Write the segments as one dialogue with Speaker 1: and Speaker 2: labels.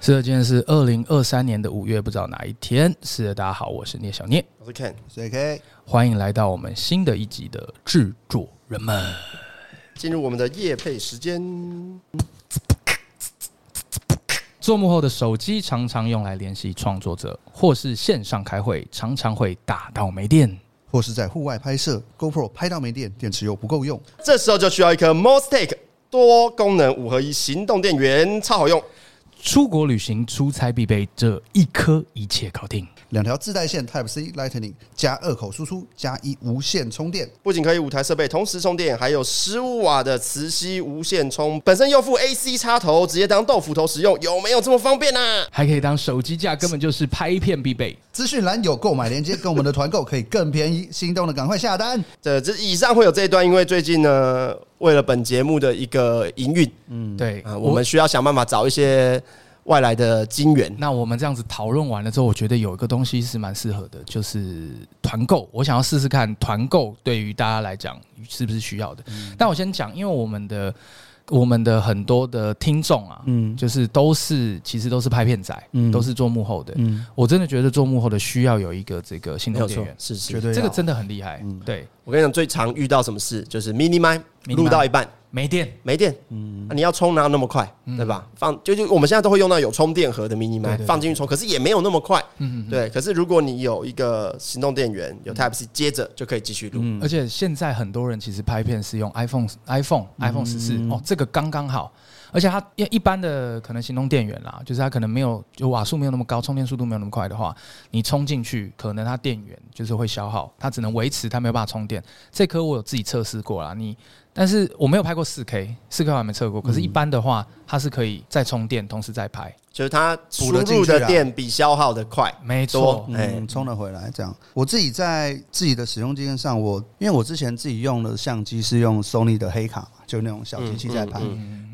Speaker 1: 是的，今天是二零二三年的五月，不知道哪一天。是的，大家好，我是聂小聂，
Speaker 2: 我是 Ken，
Speaker 3: 谁 K？
Speaker 1: 欢迎来到我们新的一集的制作人们。
Speaker 2: 进入我们的夜配时间。
Speaker 1: 做幕后的手机常常用来联系创作者，或是线上开会，常常会打到没电。
Speaker 3: 或是在户外拍摄，GoPro 拍到没电，电池又不够用，
Speaker 2: 这时候就需要一颗 Mostake 多功能五合一行动电源，超好用。
Speaker 1: 出国旅行、出差必备这一颗，一切搞定。
Speaker 3: 两条自带线 Type C Lightning 加二口输出加一无线充电，
Speaker 2: 不仅可以五台设备同时充电，还有十五瓦的磁吸无线充，本身又附 AC 插头，直接当豆腐头使用，有没有这么方便呐、啊？
Speaker 1: 还可以当手机架，根本就是拍片必备。
Speaker 3: 资讯栏有购买链接，跟我们的团购可以更便宜，心动的赶快下单。
Speaker 2: 这这以上会有这一段，因为最近呢，为了本节目的一个营运
Speaker 1: 对，
Speaker 2: 啊，我们需要想办法找一些外来的金源。
Speaker 1: 那我们这样子讨论完了之后，我觉得有一个东西是蛮适合的，就是团购。我想要试试看团购对于大家来讲是不是需要的。但我先讲，因为我们的我们的很多的听众啊，嗯，就是都是其实都是拍片仔，嗯，都是做幕后的。嗯，我真的觉得做幕后的需要有一个这个行动电源，
Speaker 2: 是
Speaker 3: 绝
Speaker 2: 是。
Speaker 3: 对要
Speaker 1: 这个真的很厉害。对，
Speaker 2: 我跟你讲，最常遇到什么事就是 mini m i
Speaker 1: Mini
Speaker 2: 录
Speaker 1: mic
Speaker 2: 到一半
Speaker 1: 没电，
Speaker 2: 没电，嗯，你要充哪有那么快，对吧？放就是我们现在都会用到有充电盒的 mini
Speaker 1: 嗯对
Speaker 2: mic
Speaker 1: 对
Speaker 2: 放进去充，可是也没有那么快，
Speaker 1: 嗯
Speaker 2: 嗯，对。可是如果你有一个行动电源，有 Type C，接着就可以继续录。
Speaker 1: 而且现在很多人其实拍片是用 iPhone、iPhone、iPhone 十四、哦，这个刚刚好。而且它因为一般的可能行动电源啦，就是它可能没有就瓦数没有那么高，充电速度没有那么快的话，你充进去可能它电源就是会消耗，它只能维持，它没有办法充电。这颗我有自己测试过啦，你但是我没有拍过四 K，四 K 我还没测过，可是一般的话，它是可以再充电，同时再拍。
Speaker 2: 就是它输
Speaker 3: 补得进
Speaker 2: 入
Speaker 3: 去
Speaker 2: 的
Speaker 3: 啦
Speaker 2: 电比消耗的快，
Speaker 1: 没
Speaker 2: 多
Speaker 1: 错，
Speaker 2: 哎
Speaker 3: 嗯，充了回来。这样，我自己在自己的使用经验上，我因为我之前自己用的相机是用 Sony 的黑卡嘛，就那种小机器在拍。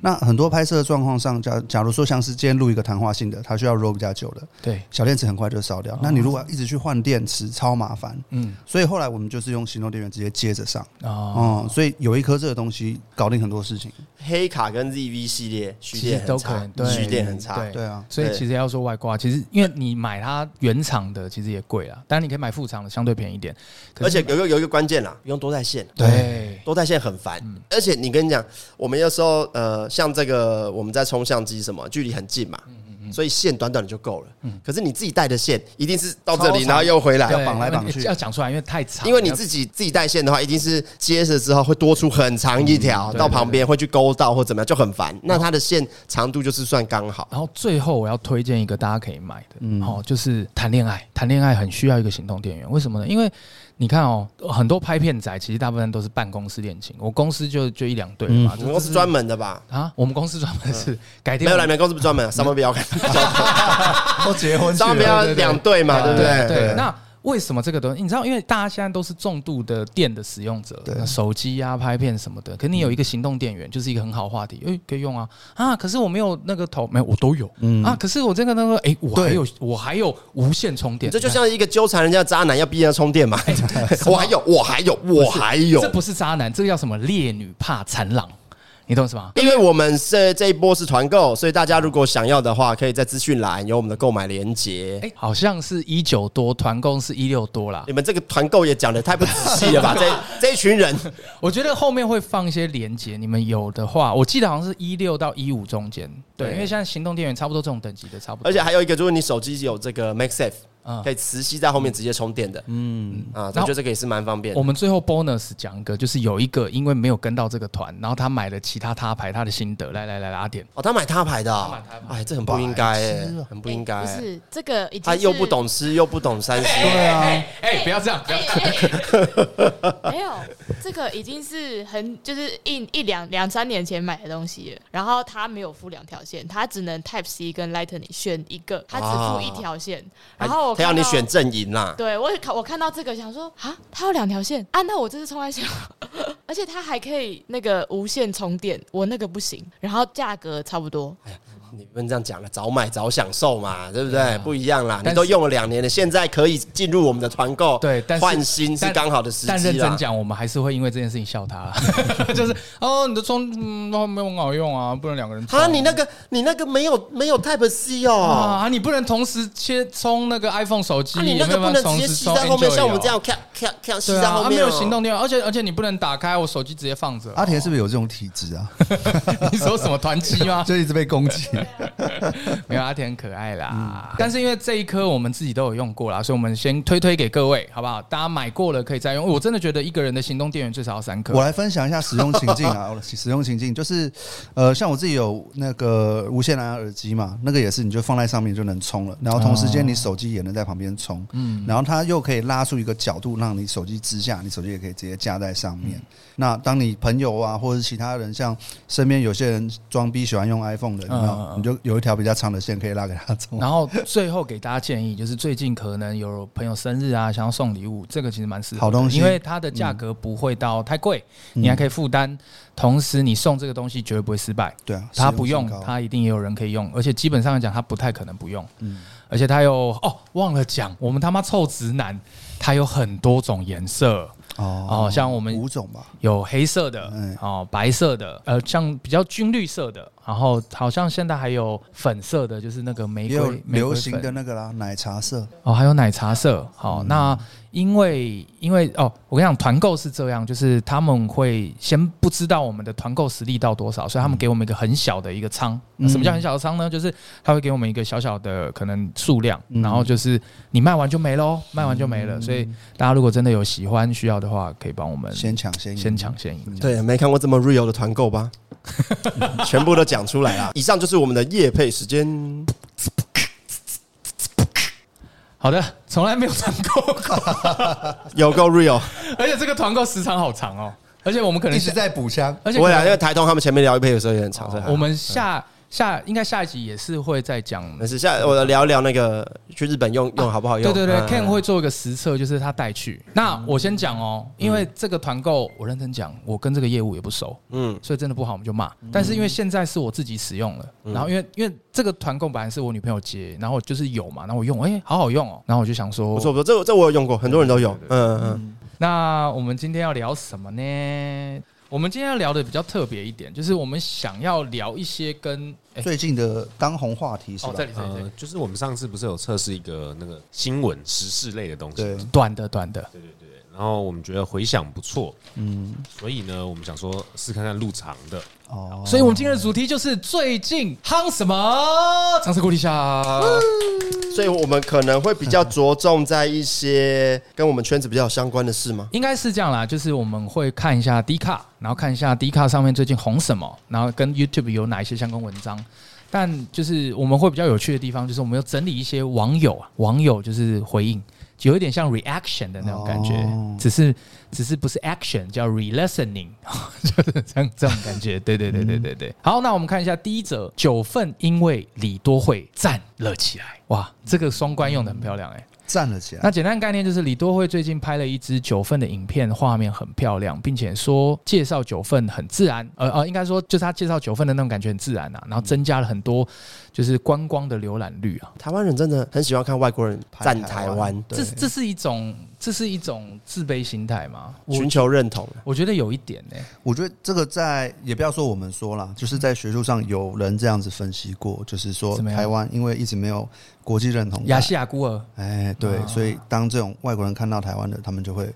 Speaker 3: 那很多拍摄的状况上，假假如说像是今天录一个谈话性的，它需要 roll 比较久的，
Speaker 1: 对，
Speaker 3: 小电池很快就烧掉。那你如果要一直去换电池，超麻烦。
Speaker 1: 嗯
Speaker 3: 所以后来我们就是用行动电源直接接着上。
Speaker 1: 哦，
Speaker 3: 哦、所以有一颗这个东西搞定很多事情。
Speaker 2: 黑卡跟 ZV 系列蓄
Speaker 1: 其实
Speaker 2: 电很
Speaker 1: 都可能
Speaker 2: 差，
Speaker 1: 对
Speaker 2: 蓄电很差
Speaker 1: 对。
Speaker 3: 对啊，
Speaker 1: 所以
Speaker 2: 对
Speaker 1: 其实要说外挂，其实因为你买它原厂的其实也贵啦，当然你可以买副厂的相对便宜一点，可
Speaker 2: 而
Speaker 1: 是
Speaker 2: 且有一个有一个关键啦，不用多带线，啊
Speaker 1: 对
Speaker 2: 多带线很烦。而且你跟你讲，我们有时候呃，像这个我们在冲相机什么，距离很近嘛，所以线短短的就够了。可是你自己带的线一定是到这
Speaker 3: 超
Speaker 2: 里，
Speaker 3: 长
Speaker 2: 然后又回
Speaker 1: 对
Speaker 2: 来。
Speaker 3: 绑来绑去
Speaker 1: 要讲出来，因为太长，
Speaker 2: 因为你自己自己带线的话，一定是接着之后会多出很长一条
Speaker 1: 对
Speaker 2: 到旁边，会去勾到或怎么样，就很烦。那它的线长度就是算刚好。
Speaker 1: 然后最后我要推荐一个大家可以买的，哦，就是谈恋爱。谈恋爱很需要一个行动电源，为什么呢？因为你看哦，很多拍片仔其实大部分都是办公室恋情，我公司就就一两对了嘛，
Speaker 2: 你
Speaker 1: 就
Speaker 2: 们公司专门的吧？
Speaker 1: 啊，我们公司专门是改天
Speaker 2: 嗯没有
Speaker 1: 我
Speaker 2: 啦，你们公司不专门，啊上班不要看，
Speaker 3: 都结婚
Speaker 2: 上班不要
Speaker 1: 对对对
Speaker 2: 两队嘛，对不
Speaker 1: 对
Speaker 2: 对？
Speaker 1: 对，那为什么这个东西？你知道，因为大家现在都是重度的电的使用者，那手机啊、拍片什么的。可你有一个行动电源，就是一个很好话题，哎，可以用啊啊！可是我没有那个头，没有，我都有
Speaker 2: 嗯
Speaker 1: 啊。可是我这个那个，哎，我还有我还有无线充电，
Speaker 2: 这就像一个纠缠人家的渣男要逼人家充电嘛。
Speaker 1: 哎
Speaker 2: 我还有，我还有，我还
Speaker 1: 你看
Speaker 2: 有
Speaker 1: 这。不是渣男，这个叫什么？烈女怕缠郎，你懂什么？
Speaker 2: 因为我们是这一波是团购，所以大家如果想要的话，可以在资讯栏有我们的购买链接。
Speaker 1: 哎，好像是一九多，团购是一六多啦
Speaker 2: 你。们这个团购也讲的太不仔细了 吧？这这一群人，
Speaker 1: 我觉得后面会放一些连接，你们有的话，我记得好像是一六到一五中间，对，
Speaker 2: 对
Speaker 1: 因为现在行动电源差不多这种等级的，差不多。
Speaker 2: 而且还有一个就是你手机有这个 MagSafe，
Speaker 1: 嗯
Speaker 2: 可以磁吸在后面直接充电的。嗯啊，我
Speaker 1: 然后
Speaker 2: 觉得这个也是蛮方便的
Speaker 1: 我。们最后 bonus 讲一个，就是有一个因为没有跟到这个团，然后他买了其他他牌，他的心得，来来来，阿典，
Speaker 2: 哦，他买他牌的啊、
Speaker 1: 他买他
Speaker 2: 哎，这很不应该、哎，很不应该、
Speaker 4: 不
Speaker 2: 哎
Speaker 4: 是这个已经
Speaker 2: 他又不
Speaker 4: 是
Speaker 2: 懂吃，又不懂三 C，
Speaker 3: 对啊，
Speaker 1: 哎、不要这样，不要
Speaker 4: 哎哎哎 没有，这个已经是很就是一一两两三年前买的东西了。然后他没有付两条线，他只能 Type C 跟 Lightning 选一个，他只付一条线。然后我
Speaker 2: 啊他要
Speaker 4: 看
Speaker 2: 你
Speaker 4: 到
Speaker 2: 选阵营啦。
Speaker 4: 对我也看我看到这个想说啊，它有两条线啊，那我这是充来线， 而且它还可以那个无线充电，我那个不行，然后价格差不多，
Speaker 2: 你不能这样讲了，早买早享受嘛，对不对？不一样啦，
Speaker 1: 啊但是
Speaker 2: 你都用了两年了，现在可以进入我们的团购，
Speaker 1: 对但是
Speaker 2: 换新是
Speaker 1: 但
Speaker 2: 刚好的时
Speaker 1: 但认
Speaker 2: 机啦
Speaker 1: 真。讲，我们还是会因为这件事情笑 他，就是哦，你的充嗯，那没有很好用啊，不能两个人充
Speaker 2: 啊，你那个你那个没有没有 Type C 哦，
Speaker 1: 啊，你不能同时切充那个 iPhone 手机，
Speaker 2: 啊，你
Speaker 1: 也
Speaker 2: 那
Speaker 1: 没
Speaker 2: 个
Speaker 1: 有
Speaker 2: 不
Speaker 1: 办
Speaker 2: 能
Speaker 1: 法
Speaker 2: 直
Speaker 1: 同
Speaker 2: 接
Speaker 1: 时
Speaker 2: 吸
Speaker 1: 充
Speaker 2: 在后面，
Speaker 1: Android
Speaker 2: 像我们
Speaker 1: 哦
Speaker 2: 这样咔咔咔吸
Speaker 1: 对
Speaker 2: 在
Speaker 1: 啊，
Speaker 2: 后
Speaker 1: 啊没
Speaker 2: 面
Speaker 1: 有
Speaker 2: 哦
Speaker 1: 行动电源，而且而且你不能打开，我手机直接放 着。
Speaker 3: 阿田是不是有这种体质啊？
Speaker 1: 你说什么团机吗？
Speaker 3: 就一直被攻击。
Speaker 1: 没有阿田可爱啦，
Speaker 3: 嗯
Speaker 1: 但是因为这一颗我们自己都有用过啦，所以我们先推推给各位，好不好？大家买过了可以再用。我真的觉得一个人的行动电源最少要三颗
Speaker 3: 我。来分享一下使用情境 啊，我的使用情境就是，呃，像我自己有那个无线蓝牙啊耳机嘛，那个也是你就放在上面就能充了，然后同时间你手机也能在旁边充，嗯，然后它又可以拉出一个角度让你手机支架，你手机也可以直接架在上面。
Speaker 1: 嗯
Speaker 3: 那当你朋友啊或者是其他人，像身边有些人装逼喜欢用 iPhone 的，有没有
Speaker 1: 嗯嗯嗯哦
Speaker 3: 你就有一条比较长的线可以拉给他充。
Speaker 1: 然后最后给大家建议，就是最近可能有朋友生日啊，想要送礼物，这个其实蛮适合的
Speaker 3: 好东西嗯
Speaker 1: 因为它的价格不会到太贵，你还可以负担。同时，你送这个东西绝对不会失败。
Speaker 3: 对啊，
Speaker 1: 他不
Speaker 3: 实
Speaker 1: 用
Speaker 3: 性，高
Speaker 1: 他一定也有人可以用，而且基本上来讲，他不太可能不用。
Speaker 3: 嗯
Speaker 1: 而且他有哦，忘了讲，我们他妈臭直男，他有很多种颜色，
Speaker 3: 哦
Speaker 1: 哦像我们
Speaker 3: 五种吧，
Speaker 1: 有黑色的
Speaker 3: 嗯，
Speaker 1: 哦，白色的，呃，像比较军绿色的，然后好像现在还有粉色的，就是那个玫
Speaker 3: 也有
Speaker 1: 瑰玫
Speaker 3: 流
Speaker 1: 瑰
Speaker 3: 行的嗯
Speaker 1: 粉
Speaker 3: 那个啦，奶茶色。
Speaker 1: 哦，还有奶茶色。好，那因为因为哦，我跟你讲，团购是这样，就是他们会先不知道我们的团购实力到多少，所以他们给我们一个很小的一个仓。
Speaker 3: 嗯
Speaker 1: 那什么叫很小的仓呢？就是他会给我们一个小小的可能数量，
Speaker 3: 嗯
Speaker 1: 然后就是你卖完就没喽，卖完就没了。所以大家如果真的有喜欢需要的话，可以帮我们
Speaker 3: 先抢先赢，
Speaker 1: 先抢先赢。
Speaker 2: 对，没看过这么 real 的团购吧？全部都讲出来 啦。以上就是我们的夜配时间。
Speaker 1: 好的，从来没有团购过，
Speaker 2: 有够 real，
Speaker 1: 而且这个团购时长好长哦，而且我们可能
Speaker 3: 一直在补枪。
Speaker 1: 而且
Speaker 2: 我
Speaker 1: 可能哦
Speaker 2: 俩因为台通他们前面聊一配有时候有点长，所以还好
Speaker 1: 我们下下应该下一集也是会再讲。
Speaker 2: 没事。下我聊一聊那个去日本用用好不好
Speaker 1: 对
Speaker 2: 用？
Speaker 1: 对对
Speaker 2: 嗯
Speaker 1: ，Ken 会做一个实测，就是他带去。那我先讲哦，因为这个团购，我认真讲，我跟这个业务也不熟，
Speaker 2: 嗯
Speaker 1: 所以真的不好我们就骂。但是因为现在是我自己使用了，然后因为因为这个团购本来是我女朋友接，然后就是有嘛，然后我用，哎，好好用哦，然后我就想说
Speaker 2: 不，错不错，这这我有用过，很多人都有。嗯嗯，
Speaker 1: 那我们今天要聊什么呢？我们今天要聊的比较特别一点，就是我们想要聊一些跟哎
Speaker 3: 最近的当红话题是
Speaker 1: 哦
Speaker 3: 吧？
Speaker 1: 这里这里这
Speaker 5: 呃
Speaker 1: 里，
Speaker 5: 就是我们上次不是有测试一个那个新闻时事类的东西
Speaker 3: 对
Speaker 5: 吗，
Speaker 1: 短的短的，
Speaker 5: 然后我们觉得回响不错，嗯，所以呢，我们想说试看看录长的，
Speaker 3: 哦，
Speaker 1: 所以，我们今天的主题就是最近夯什么？尝试鼓励一下。
Speaker 3: 哦
Speaker 2: 所以我们可能会比较着重在一些跟我们圈子比较相关的事吗？
Speaker 1: 应该是这样啦，就是我们会看一下 D 卡，然后看一下 D 卡上面最近红什么，然后跟 YouTube 有哪一些相关文章。但就是我们会比较有趣的地方，就是我们有整理一些网友啊，网友就是回应，有一点像 reaction 的那种感觉，
Speaker 3: 哦
Speaker 1: 只是只是不是 action，叫 re-listening，就是 这样这种感觉。对对对对对对。好，那我们看一下第一则，九份因为李多惠站了起来，哇，这个双关用的很漂亮哎、
Speaker 3: 站了起来。
Speaker 1: 那简单概念就是，李多惠最近拍了一支九份的影片，画面很漂亮，并且说介绍九份很自然，呃呃，应该说就是他介绍九份的那种感觉很自然啊，
Speaker 3: 嗯
Speaker 1: 然后增加了很多就是观光的浏览率啊。
Speaker 2: 台湾人真的很喜欢看外国人
Speaker 3: 拍
Speaker 2: 站
Speaker 3: 台
Speaker 2: 台
Speaker 3: 湾
Speaker 2: 湾，
Speaker 1: 这这是一种这是一种自卑心态吗？我
Speaker 2: 寻求认同。
Speaker 1: 我觉得有一点呢、
Speaker 3: 我觉得这个在也不要说我们说
Speaker 1: 嗯
Speaker 3: 啦，就是在学术上有人这样子分析过，就是说
Speaker 1: 怎么样
Speaker 3: 台湾因为一直没有国际认同感，
Speaker 1: 亚细亚孤儿，
Speaker 3: 哎，对，
Speaker 1: 啊
Speaker 3: 所以当这种外国人看到台湾的，他们就会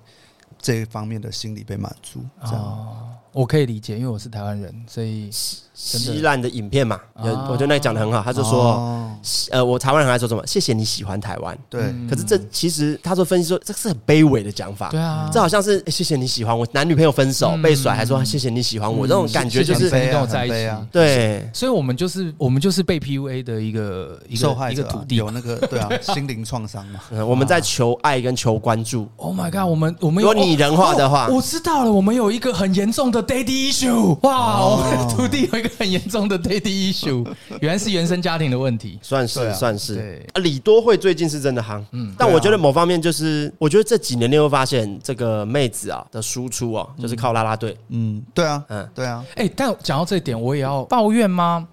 Speaker 3: 这一方面的心理被满足，这样。
Speaker 1: 哦，我可以理解，因为我是台湾人，所以真的
Speaker 2: 西烂的影片嘛，有
Speaker 1: 啊
Speaker 2: 我觉得那里讲的很好，他就说，
Speaker 3: 哦，
Speaker 2: 呃，我台湾人还说什么，谢谢你喜欢台湾，
Speaker 3: 对，
Speaker 1: 嗯
Speaker 2: 可是这其实他说分析说这是很卑微的讲法
Speaker 1: 对，啊，
Speaker 2: 这好像是、欸谢谢你喜欢我，男女朋友分手、
Speaker 1: 嗯
Speaker 2: 被甩还说谢谢你喜欢我，这种感觉就
Speaker 1: 谢
Speaker 2: 是
Speaker 1: 谢你
Speaker 3: 很悲
Speaker 1: 跟我
Speaker 3: 啊
Speaker 1: 在一
Speaker 3: 很悲
Speaker 1: 起
Speaker 3: 啊，
Speaker 2: 对。
Speaker 1: 所以我们就是我们就是被 PUA 的一个一个
Speaker 3: 受害
Speaker 1: 一
Speaker 3: 者
Speaker 1: 个
Speaker 3: 啊
Speaker 1: 土地。
Speaker 3: 有那个 对啊，心灵创伤嘛。
Speaker 2: 嗯我们在求爱跟求关注，
Speaker 1: Oh my god！我们我们
Speaker 2: 如果
Speaker 1: 有
Speaker 2: 拟人化的话
Speaker 1: 哦我知道了，我们有一个很严重的 daddy issue。哇，
Speaker 2: 哦
Speaker 1: 我们的土地有一个很严重的 daddy issue，原来是原生家庭的问题。
Speaker 2: 算是、
Speaker 3: 对啊
Speaker 2: 算是
Speaker 1: 对。啊
Speaker 2: 啊李多惠最近是真的夯，嗯，但我觉得某方面就是，我觉得这几年你会发现，这个妹子啊的输出啊，就是靠啦啦队，
Speaker 3: 嗯，对啊，
Speaker 2: 嗯
Speaker 3: 嗯，对啊，
Speaker 1: 哎、但讲到这一点，我也要抱怨吗？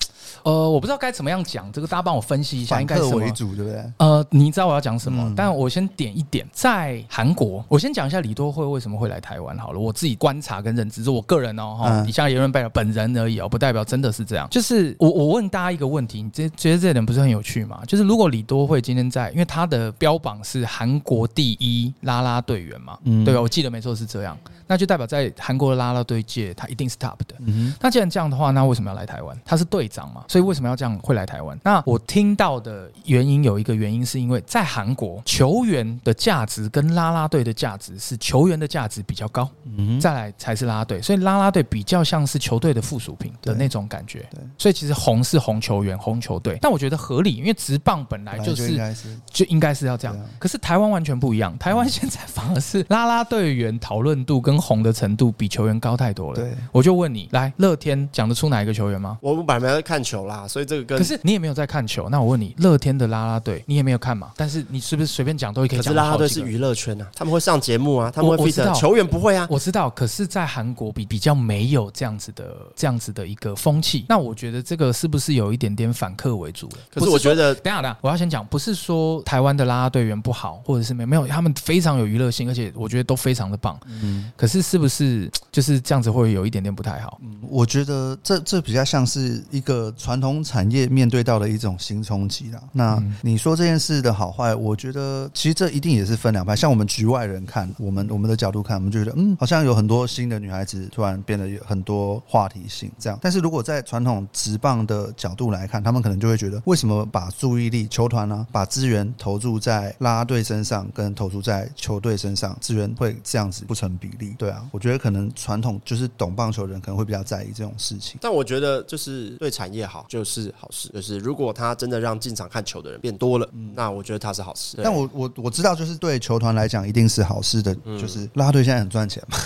Speaker 1: 呃，我不知道该怎么样讲，这个大家帮我分析一下，
Speaker 3: 反
Speaker 1: 应该是
Speaker 3: 客
Speaker 1: 什么
Speaker 3: 为主，对不对？
Speaker 1: 呃，你知道我要讲什么，但我先点一点，在韩国，我先讲一下李多惠为什么会来台湾好了。我自己观察跟认知，是我个人哦，哈、
Speaker 3: 嗯
Speaker 1: 以下言论代表本人而已哦，不代表真的是这样。就是我我问大家一个问题，你这觉得这点不是很有趣吗？就是如果李多惠今天在，因为她的标榜是韩国第一啦啦队员嘛，嗯对吧？我记得没错是这样，那就代表在韩国的啦啦队界，她一定是 top 的。那既然这样的话，那为什么要来台湾？他是队长嘛，所以为什么要这样会来台湾？那我听到的原因有一个原因，是因为在韩国球员的价值跟啦啦队的价值是球员的价值比较高，嗯
Speaker 3: 嗯
Speaker 1: 再来才是啦啦队，所以啦啦队比较像是球队的附属品的那种感觉。
Speaker 3: 对
Speaker 1: 所以其实红是红球员、红球队，但我觉得合理，因为职棒本来
Speaker 3: 本来
Speaker 1: 就
Speaker 3: 应
Speaker 1: 是
Speaker 3: 该是
Speaker 1: 就应该是要这样
Speaker 3: 对啊。嗯
Speaker 1: 可是台湾完全不一样，台湾现在反而是啦啦队员讨论度跟红的程度比球员高太多了。
Speaker 3: 对，
Speaker 1: 我就问你，来乐天讲得出哪一个球员吗？
Speaker 2: 我本来没有在看球啦，所以这个跟
Speaker 1: 可是你也没有在看球，那我问你，乐天的啦啦队你也没有看嘛？但是你是不是随便讲都可以
Speaker 2: 可是
Speaker 1: 讲？
Speaker 2: 啦啦队是，娱乐圈啊，他们会上节目啊，他们
Speaker 1: 我
Speaker 2: 会
Speaker 1: 我知
Speaker 2: fit
Speaker 1: 道
Speaker 2: 球员不会啊，
Speaker 1: 我知道，可是，在韩国比比较没有这样子的这样子的一个风气。那我觉得这个是不是有一点点反客为主了？
Speaker 2: 可是
Speaker 1: 不说
Speaker 2: 我觉得
Speaker 1: 等一下，等一下，我要先讲，不是说台湾的啦啦队员不好，或者是没没有，他们非常有娱乐性，而且我觉得都非常的棒。嗯，可是是不是就是这样子会有一点点不太好？
Speaker 2: 嗯
Speaker 3: 嗯我觉得这这比较像是一个传统产业面对到的一种新冲击啦。那你说这件事的好坏，我觉得其实这一定也是分两派。像我们局外人看，我们我们的角度看，我们就觉得嗯，好像有很多新的女孩子突然变得有很多话题性这样。但是如果在传统职棒的角度来看，他们可能就会觉得，为什么把注意力球团呢、把资源投注在啦啦队身上，跟投注在球队身上，资源会这样子不成比例？对啊，我觉得可能传统就是懂棒球的人可能会比较在意这种事情。
Speaker 2: 但我觉得就是对产业好就是好事，就是如果他真的让进场看球的人变多了，
Speaker 1: 嗯
Speaker 2: 那我觉得他是好事。
Speaker 3: 但我我我知道，就是对球团来讲一定是好事的，
Speaker 1: 嗯
Speaker 3: 就是啦啦队现在很赚钱嘛。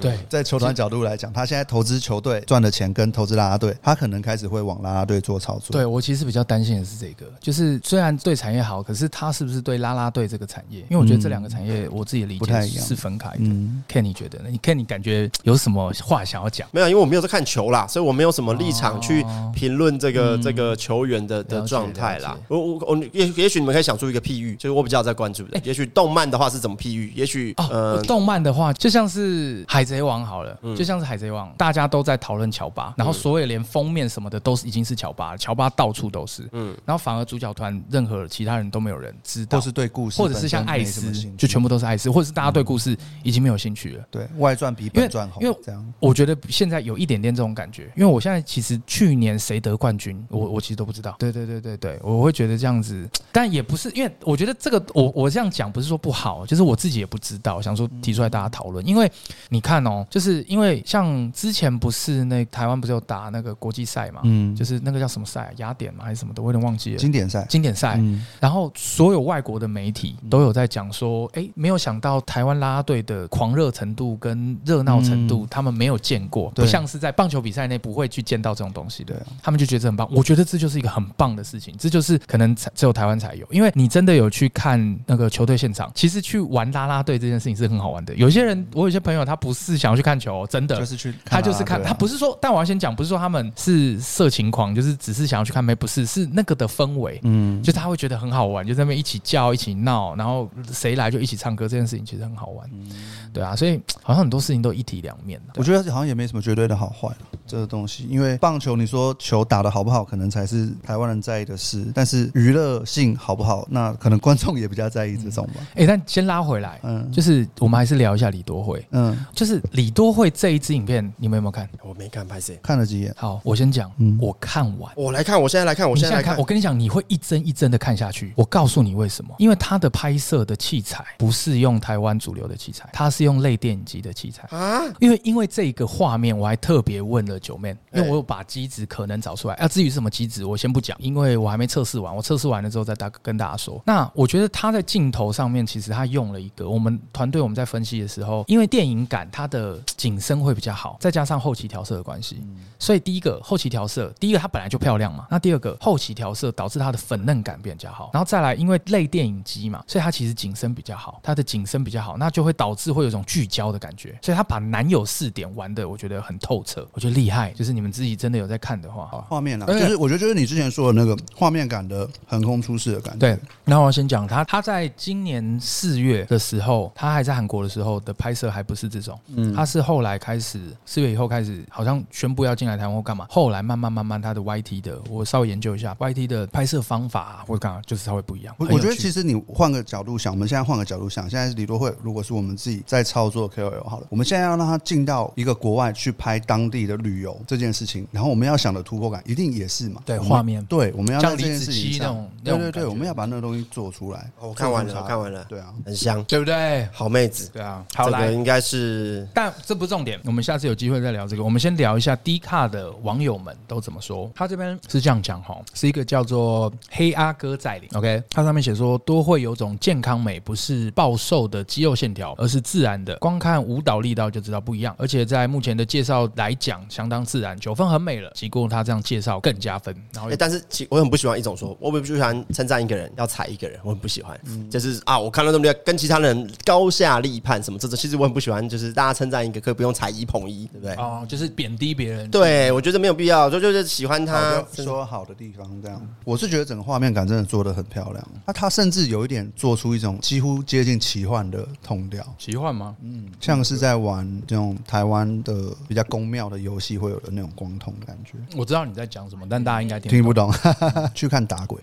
Speaker 1: 对，
Speaker 3: 在球团角度来讲，他现在投资球队赚的钱跟投资啦啦队，他可能开始会往啦啦队做操作。
Speaker 1: 对我其实比较担心的是这个，就是虽然对产业好，可是它是不是对啦啦队这个产业？因为我觉得这两个产业我自己理
Speaker 3: 嗯不
Speaker 1: 解
Speaker 3: 太一样
Speaker 1: 是分开的。
Speaker 3: 嗯
Speaker 1: Ken 你觉得呢？你 Ken 你感觉有什么话想要讲？
Speaker 2: 没有，因为我没有在看球啦，所以我没有什么立场去评论这个、这个球员的
Speaker 1: 哦嗯
Speaker 2: 的
Speaker 1: 了解
Speaker 2: 状态啦
Speaker 1: 了解。
Speaker 2: 我我我也也许你们可以想出一个譬喻，就是我比较在关注的，也许动漫的话是怎么譬喻，也许、
Speaker 1: 哦，
Speaker 2: 呃
Speaker 1: 动漫的话，就像
Speaker 3: 嗯
Speaker 1: 是《海贼王》好了，就像是《海贼王》，大家都在讨论乔
Speaker 3: 嗯
Speaker 1: 巴，然后所有连封面什么的都是已经是乔巴了，乔巴到处都是，嗯，然后反而主角团任何其他人都没有人知道，
Speaker 3: 或是对故事
Speaker 1: 或
Speaker 3: 本身没什
Speaker 1: 者是像
Speaker 3: 么兴趣，嗯
Speaker 1: 艾斯，就全部都是艾斯，或者是大家对故事已经没有兴趣了。
Speaker 3: 对外传比
Speaker 1: 因为
Speaker 3: 本传红，
Speaker 1: 因为
Speaker 3: 这样。
Speaker 1: 我觉得现在有一点点这种感觉，因为我现在其实去年谁得冠军，我我其实都不知道。嗯对对对对对，我会觉得这样子，但也不是因为我觉得这个我我这样讲不是说不好，就是我自己也不知道，想说提出来大家讨论。因为你看哦，就是因为像之前不是那台湾不是有打那个国际赛嘛，
Speaker 3: 嗯
Speaker 1: 就是那个叫什么赛、啊，雅典嘛还是什么的，我有点忘记了。
Speaker 3: 经典赛，
Speaker 1: 经典赛，
Speaker 3: 嗯
Speaker 1: 然后所有外国的媒体都有在讲说，哎，没有想到台湾啦啦队的狂热程度跟热闹程度，他们没有见过，
Speaker 3: 嗯对
Speaker 1: 不像是在棒球比赛内不会去见到这种东西的
Speaker 3: 对啊，
Speaker 1: 他们就觉得这很棒。我觉得这就是一个很棒的事情，这就是可能才只有台湾才有，因为你真的有去看那个球队现场，其实去玩啦啦队这件事情是很好玩的。有些人，我有些朋友他不是想要去看球哦，真的，
Speaker 3: 就是去
Speaker 1: 他
Speaker 3: 看啊
Speaker 1: 就是看，他不
Speaker 3: 是
Speaker 1: 是说，但我要先讲，不是说他们是色情狂，就是只是想要去看妹，不是，是那个的氛围，
Speaker 3: 嗯
Speaker 1: 就是他会觉得很好玩，就在那边一起叫、一起闹，然后谁来就一起唱歌，这件事情其实很好玩，
Speaker 3: 嗯
Speaker 1: 对啊，所以好像很多事情都一体两面啊
Speaker 3: 我觉得好像也没什么绝对的好坏啦这个东西，因为棒球你说球球打的好不好，可能才是台湾人在意的事。但是娱乐性好不好，那可能观众也比较在意这种吧。
Speaker 1: 哎、但先拉回来，
Speaker 3: 嗯
Speaker 1: 就是我们还是聊一下李多惠。
Speaker 3: 嗯，
Speaker 1: 就是李多惠这一支影片，你们有没有看？
Speaker 2: 我没看拍谁，
Speaker 3: 看了几眼，
Speaker 1: 好，我先讲，
Speaker 3: 嗯
Speaker 1: 我看完。
Speaker 2: 我来看，我现在来看，我
Speaker 1: 你
Speaker 2: 现
Speaker 1: 现
Speaker 2: 在
Speaker 1: 在
Speaker 2: 来
Speaker 1: 看，我跟你讲，你会一帧一帧的看下去。我告诉你为什么，因为它的拍摄的器材不是用台湾主流的器材，它是用类电影机的器材。
Speaker 2: 啊，
Speaker 1: 因为因为这个画面，我还特别问了九妹，因为
Speaker 2: 哎
Speaker 1: 我有把机子可能找出来。啊，至于是什么机子，我先不讲，因为我还没测试完。我测试完了之后再大跟大家说。那我觉得他在镜头上面，其实他用了一个我们团队我们在分析的时候，因为电影感它的景深会比较好，再加上后期调色的关系，所以第一个后期调色，第一个它本来就漂亮嘛，那第二个后期调色导致它的粉嫩感变较好，然后再来因为类电影机嘛，所以它其实景深比较好，它的景深比较好，那就会导致会有一种聚焦的感觉，所以它把男友四点玩的我觉得很透彻，我觉得厉害，就是你们自己真的有在看的话，
Speaker 3: 画面啦，
Speaker 1: 哎
Speaker 3: 就是我觉得就是你之前说的那个画面感的横空出世的感觉。
Speaker 1: 对，然后我先讲他，他在今年四月的时候，他还在韩国的时候的拍摄还不是这种，他是后来开始四月以后开始，好像宣布要进来台湾或干嘛，后来慢慢慢慢他的 YT 的，我稍微研究一下 YT 的拍摄方法、啊、或干嘛，就是稍微不一样。
Speaker 3: 我
Speaker 1: 很有
Speaker 3: 我觉得
Speaker 1: 趣
Speaker 3: 其实你换个角度想，我们现在换个角度想，现在李多惠如果是我们自己在操作 KOL 好了，我们现在要让他进到一个国外去拍当地的旅游这件事情，然后我们要想的突破感一定也是嘛，
Speaker 1: 对
Speaker 3: 我们
Speaker 1: 画面
Speaker 3: 对，我们要在
Speaker 1: 像
Speaker 3: 这
Speaker 1: 李
Speaker 3: 件
Speaker 1: 子
Speaker 3: 事
Speaker 1: 柒
Speaker 3: 情
Speaker 1: 那
Speaker 3: 上
Speaker 1: 种，那
Speaker 3: 对
Speaker 1: 种
Speaker 3: 对对，
Speaker 1: 感
Speaker 3: 我们
Speaker 1: 觉
Speaker 3: 要把那个东西做出来。
Speaker 2: 哦我看完了，
Speaker 3: 做
Speaker 2: 我
Speaker 3: 出
Speaker 2: 看完了，
Speaker 3: 对啊，
Speaker 2: 很香，
Speaker 1: 对不对？
Speaker 2: 好妹子，
Speaker 1: 对啊，好
Speaker 2: 这
Speaker 1: 来
Speaker 2: 个。应该是
Speaker 1: 但这不是重点，我们下次有机会再聊这个。我们先聊一下 D 卡的网友们都怎么说。他这边是这样讲哈，是一个叫做黑阿哥在领，OK，他上面写说多会有种健康美，不是暴瘦的肌肉线条，而是自然的。光看舞蹈力道就知道不一样，而且在目前的介绍来讲，相当自然，九分很美了。经过他这样介绍更加分，然后
Speaker 2: 哎、但是其我很不喜欢一种说，我很不喜欢称赞一个人要踩一个人，我很不喜欢。
Speaker 1: 嗯
Speaker 2: 就是啊，我看到这么厉害，跟其他人高下立判什么这种，其实我很不喜欢。就是大家称赞一个，可以不用踩一捧一，对不对？
Speaker 1: 哦，就是贬低别人，
Speaker 2: 对，我觉得没有必要，就就是喜欢
Speaker 3: 他
Speaker 2: 他。
Speaker 3: 说好的地方，这样我是觉得整个画面感真的做的很漂亮。那他甚至有一点做出一种几乎接近奇幻的痛调，
Speaker 1: 奇幻吗？
Speaker 3: 像是在玩这种台湾的比较宫庙的游戏会有的那种光痛的感觉，
Speaker 1: 我知道你在讲什么，但大家应该听
Speaker 3: 听不懂， 哈哈哈去看打鬼。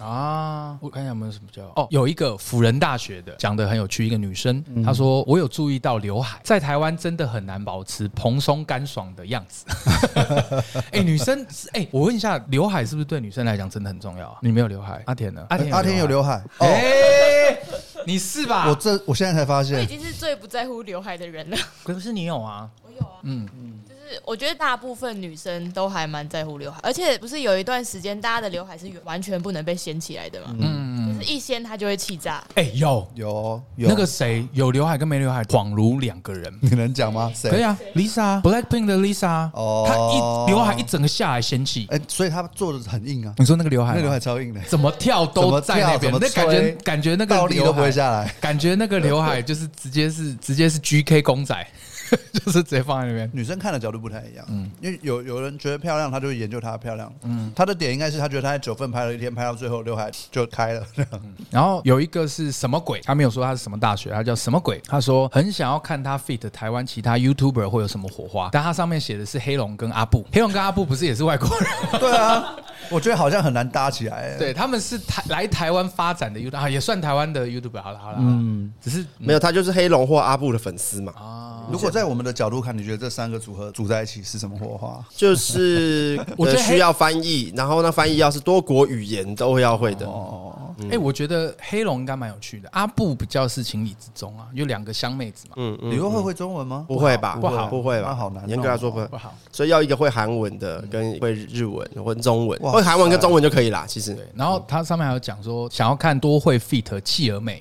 Speaker 1: 啊，我看一下有没有什么叫哦，有一个辅仁大学的讲的很有趣，一个女生、她说：“我有注意到刘海在台湾真的很难保持蓬松干爽的样子。 哎、女生是哎、我问一下，刘海是不是对女生来讲真的很重要啊？你没有刘海，阿田呢？阿田
Speaker 3: 阿啊天有
Speaker 1: 海，
Speaker 3: 刘海，哦
Speaker 1: 哎、你是吧？
Speaker 3: 我这我现在才发
Speaker 4: 我已
Speaker 3: 现，
Speaker 4: 经是最不在乎刘海的人了。
Speaker 1: 可是你有啊，
Speaker 4: 我有啊，嗯，就是我觉得大部分女生都还蛮在乎刘海，而且不是有一段时间大家的刘海是完全不能被掀起来的嘛，
Speaker 1: 嗯，
Speaker 4: 就是一掀它就会气炸。
Speaker 1: 哎、有
Speaker 3: 有有
Speaker 1: 那个谁有刘海跟没刘海恍如两个人。”
Speaker 3: 你能讲吗？谁
Speaker 1: 可以？啊，Lisa，Blackpink 的 Lisa，啊
Speaker 3: 哦
Speaker 1: 她一刘海一整个下来掀起。
Speaker 3: 哎，所以他做的很硬啊，
Speaker 1: 你说那个刘海吗，
Speaker 3: 那个刘海超硬的，
Speaker 1: 怎么跳嗯都在那边，
Speaker 3: 怎么
Speaker 1: 那
Speaker 3: 跳
Speaker 1: 感觉
Speaker 3: 怎么吹
Speaker 1: 感觉那个
Speaker 3: 倒立
Speaker 1: 刘
Speaker 3: 都不
Speaker 1: 海
Speaker 3: 会，下来。
Speaker 1: 感觉那个刘海就是直接是直接是 G K 公仔， 就是直接放在那边。
Speaker 3: 女生看的角度不太一样，嗯，因为有有人觉得漂亮，她就会研究她的漂亮，嗯，她的点应该是她觉得她在九份拍了一天，拍到最后刘海就开了，
Speaker 1: 然后有一个是什么鬼，他没有说他是什么大学，他叫什么鬼。他说很想要看他 fit 台湾其他 YouTuber 会有什么火花，但他上面写的是黑龙跟阿布，黑龙跟阿布不是也是外国人？
Speaker 3: 对啊，我觉得好像很难搭起来，
Speaker 1: 对，他们是台来台湾发展的 YouTube 啊，也算台湾的 YouTuber。好了好了，嗯，只是
Speaker 2: 没有，他就是黑龙或阿布的粉丝嘛，
Speaker 3: 啊如果在我们的角度看，你觉得这三个组合组在一起是什么火花？
Speaker 2: 就是
Speaker 1: 我觉
Speaker 2: 呃
Speaker 1: 得黑
Speaker 2: 需要翻译，然后那翻译要是多国语言都会要会的。
Speaker 3: 哦
Speaker 1: 哎、我觉得黑龙应该蛮有趣的，阿布比较是情理之中啊，有两个香妹子嘛，
Speaker 2: 嗯嗯，
Speaker 3: 你会会中文吗？
Speaker 2: 不会吧？
Speaker 3: 不好
Speaker 2: 不会
Speaker 3: 那
Speaker 2: 吧？
Speaker 3: 好难哦
Speaker 2: 严格来说不会
Speaker 1: 不。好。
Speaker 2: 所以要一个会韩文的，跟会日文或中文，
Speaker 3: 哇
Speaker 2: 会韩文跟中文就可以啦。其实
Speaker 1: 对，然后他上面还有讲说，想要看多会 fit 企鹅妹，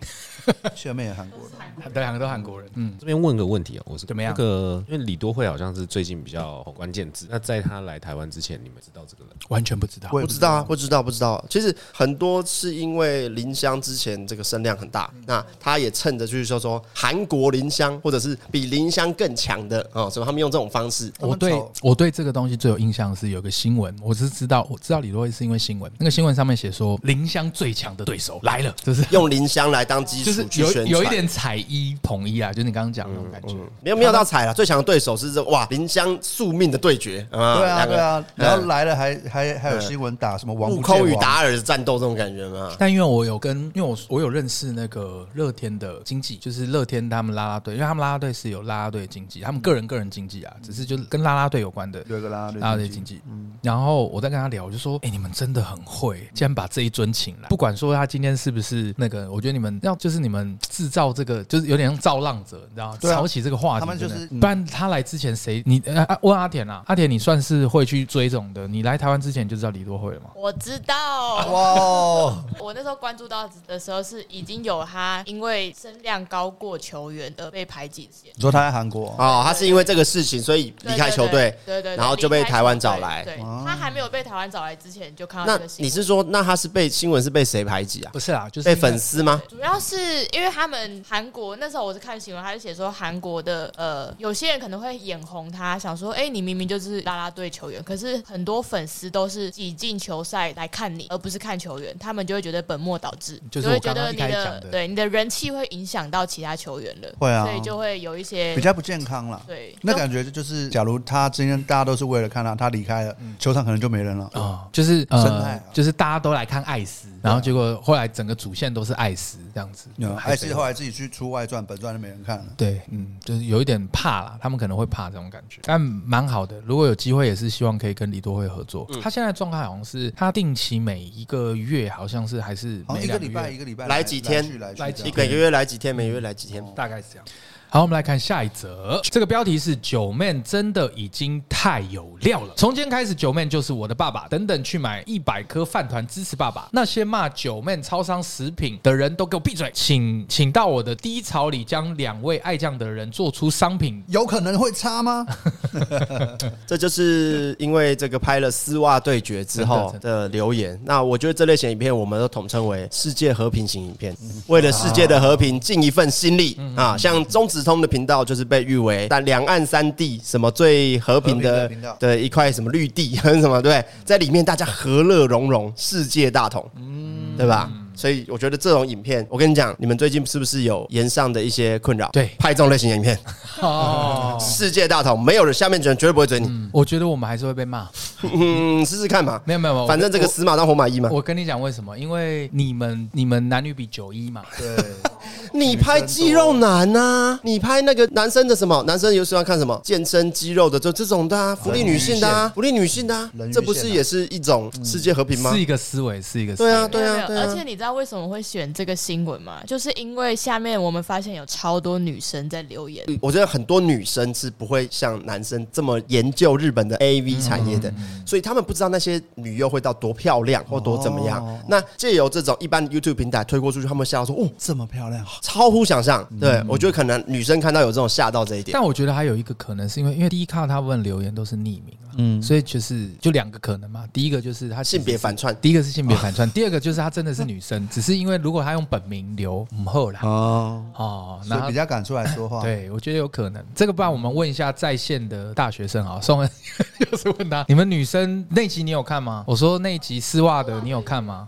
Speaker 3: 前面也韩国的，
Speaker 1: 这两个都韩国人，嗯，
Speaker 5: 这边问个问题啊，我是
Speaker 1: 怎么样
Speaker 5: 那个因为李多惠好像是最近比较红关键字，那在他来台湾之前，你们知道这个人？
Speaker 1: 完全不知道
Speaker 3: 我
Speaker 2: 不知道啊，不知道，不知道。其实很多是因为林香之前这个声量很大，
Speaker 3: 嗯
Speaker 2: 那他也趁着就是说说韩国林香，或者是比林香更强的哦，所以他们用这种方式。
Speaker 1: 我对我对这个东西最有印象是有个新闻，我是知道我知道李多惠是因为新闻，那个新闻上面写说林香最强的对手来了，就是
Speaker 2: 用林香来当基础，
Speaker 1: 就是就是
Speaker 2: 署去
Speaker 1: 有有
Speaker 2: 宣传。嗯
Speaker 1: 一点彩衣捧衣啊，就是你刚刚讲的那种感觉。
Speaker 2: 没有没有到踩了，最强的对手是这哇林香宿命的对决啊
Speaker 3: 对啊，
Speaker 2: 两个啊
Speaker 3: 对啊，然后
Speaker 2: 嗯
Speaker 3: 来了还还还有新闻打什么王
Speaker 2: 悟
Speaker 3: 不见
Speaker 2: 空与
Speaker 3: 王
Speaker 2: 达尔的战斗这种感觉嘛，
Speaker 1: 但因为我有跟，因为我我有认识那个乐天的经纪，就是乐天他们啦啦队，因为他们啦啦队是有啦啦队经纪，他们个人个人经纪啊，只是就是跟啦啦队有关的
Speaker 3: 嗯有一个啦
Speaker 1: 啦啦队
Speaker 3: 队
Speaker 1: 经纪。然后我在跟他聊，我就说：“哎、你们真的很会，竟然把这一尊请来，不管说他今天是不是那个，我觉得你们要就是你们制造这个，就是有点像造浪者，你知道吗？
Speaker 3: 对啊
Speaker 1: 炒起这个话题，
Speaker 3: 他们
Speaker 1: 真的
Speaker 3: 就是嗯
Speaker 1: 不然他来之前谁你、呃啊问阿田啊，阿田你算是会去追这种的，你来台湾之前就知道李多慧了吗？
Speaker 4: 我知道，
Speaker 3: 哇哦，
Speaker 4: 我那时候关注到的时候是已经有他因为声量高过球员而被排挤的事件
Speaker 3: 你说他在韩国
Speaker 2: 哦，他是因为这个事情所以离开球队，
Speaker 4: 对对对对，
Speaker 2: 然后就被
Speaker 4: 离开
Speaker 2: 台湾
Speaker 4: 球队
Speaker 2: 找来
Speaker 4: 对，他还没有被台湾找来之前就看到
Speaker 2: 那
Speaker 4: 这个新
Speaker 2: 你
Speaker 4: 闻。
Speaker 2: 是说那他是被新闻是被谁排挤啊？
Speaker 1: 不是啦，就是
Speaker 2: 被
Speaker 1: 因为
Speaker 2: 粉丝吗？
Speaker 4: 主要是因为他们韩国那时候我是看新闻，他就写说韩国的呃有些人可能会眼红他，想说哎、你明明就是啦啦队球员，可是很多粉丝都是挤进球赛来看你，而不是看球员，他们就会觉得本末倒置，
Speaker 1: 就是
Speaker 4: 会
Speaker 1: 我
Speaker 4: 觉
Speaker 1: 刚
Speaker 4: 得
Speaker 1: 刚一
Speaker 4: 你
Speaker 1: 开始讲的
Speaker 4: 对你的人气会影响到其他球员了，
Speaker 3: 会啊
Speaker 4: 所以就会有一些
Speaker 3: 比较不健康了。
Speaker 4: 对
Speaker 3: 那感觉就是，假如他今天大家都是为了看他，他离开了
Speaker 2: 嗯
Speaker 3: 球场，可能就没人了。
Speaker 2: 哦
Speaker 1: 啊、就是
Speaker 3: 生
Speaker 1: 呃
Speaker 3: 态啊，
Speaker 1: 就是大家都来看艾斯，然后结果后来整个主线都是艾斯这样子，
Speaker 3: 嗯
Speaker 1: 海
Speaker 3: 还
Speaker 1: 贼
Speaker 3: 是后来自己去出外传，本传就没人看了。
Speaker 1: 对，嗯，就是有一点怕啦，他们可能会怕这种感觉，但蛮好的。如果有机会，也是希望可以跟李多慧合作。他现在状态好像是他定期每一个月，好像是还是
Speaker 3: 好像
Speaker 1: 每
Speaker 3: 一个
Speaker 1: 两
Speaker 3: 礼拜一
Speaker 1: 月
Speaker 3: 个礼拜
Speaker 2: 来几天
Speaker 3: 去来去
Speaker 1: 来
Speaker 3: 这
Speaker 1: 几
Speaker 2: 你
Speaker 3: 样
Speaker 1: 天
Speaker 2: 每个月来几天，每个月来几天？
Speaker 1: 大概是这样。好，我们来看下一则。这个标题是“九妹真的已经太有料了”。从今天开始，九妹就是我的爸爸。等等，去买一百颗饭团支持爸爸。那些骂九妹超商食品的人都给我闭嘴！请请到我的低潮里，将两位爱酱的人做出商品。
Speaker 3: 有可能会差吗？
Speaker 2: 这就是因为这个拍了丝袜对决之后
Speaker 1: 真的真
Speaker 2: 的留言。那我觉得这类型影片，我们都统称为世界和平型影片，为了世界的和平尽一份心力啊！像中子通的频道就是被誉为但两岸三地什么最和平
Speaker 3: 和平的
Speaker 2: 的
Speaker 3: 频道
Speaker 2: 的一块什么绿地什么对，在里面大家和乐融融，世界大同，对吧？所以我觉得这种影片，我跟你讲，你们最近是不是有延上的一些困扰？
Speaker 1: 对
Speaker 2: 拍这种类型的影片，
Speaker 1: 哦，
Speaker 2: 世界大同，没有人下面的人绝对不会追你。
Speaker 1: 我觉得我们还是会被骂。
Speaker 2: 嗯，试试看嘛。
Speaker 1: 没有没有，没有
Speaker 2: 反正这个
Speaker 1: 我
Speaker 2: 死马当活马医嘛
Speaker 1: 我。我跟你讲为什么？因为你们你们男女比九一嘛，
Speaker 3: 对，
Speaker 2: 你拍肌肉男呐、啊，你拍那个男生的什么？男生有喜欢看什么？健身肌肉的，就这种的啊，福利女性的啊，福利女性的啊
Speaker 3: 人鱼，线啊
Speaker 2: 这不是也是一种世界和平吗
Speaker 1: 是？一个思维，是一个思维
Speaker 2: 对啊，对
Speaker 4: 没
Speaker 2: 啊，
Speaker 4: 有
Speaker 2: 对
Speaker 4: 而且
Speaker 2: 啊。
Speaker 4: 你知道为什么会选这个新闻吗？就是因为下面我们发现有超多女生在留言，
Speaker 2: 我觉得很多女生是不会像男生这么研究日本的 AV 产业的，所以他们不知道那些女优会到多漂亮或多怎么样。
Speaker 3: 哦
Speaker 2: 那借由这种一般 YouTube 平台推过出去，他们会吓到说：“哦，
Speaker 3: 这么漂亮，
Speaker 2: 超乎想象。对”我觉得可能女生看到有这种吓到这一点。
Speaker 1: 但我觉得还有一个可能是因为，因为第一看他们留言都是匿名啊，嗯，所以就是就两个可能嘛。第一个就是他其实
Speaker 2: 性别反串
Speaker 1: 第一个是性别反 串，第二个就是他真的是女 生，只是因为如果他用本名留母后啦，
Speaker 3: 哦，
Speaker 1: 哦，
Speaker 3: 所以
Speaker 1: 那
Speaker 3: 比较敢出来说话。，
Speaker 1: 对我觉得有可能。这个不然我们问一下在线的大学生啊，宋恩 就是问 他，你们女生那集你有看吗？我说那集丝袜的你有看吗？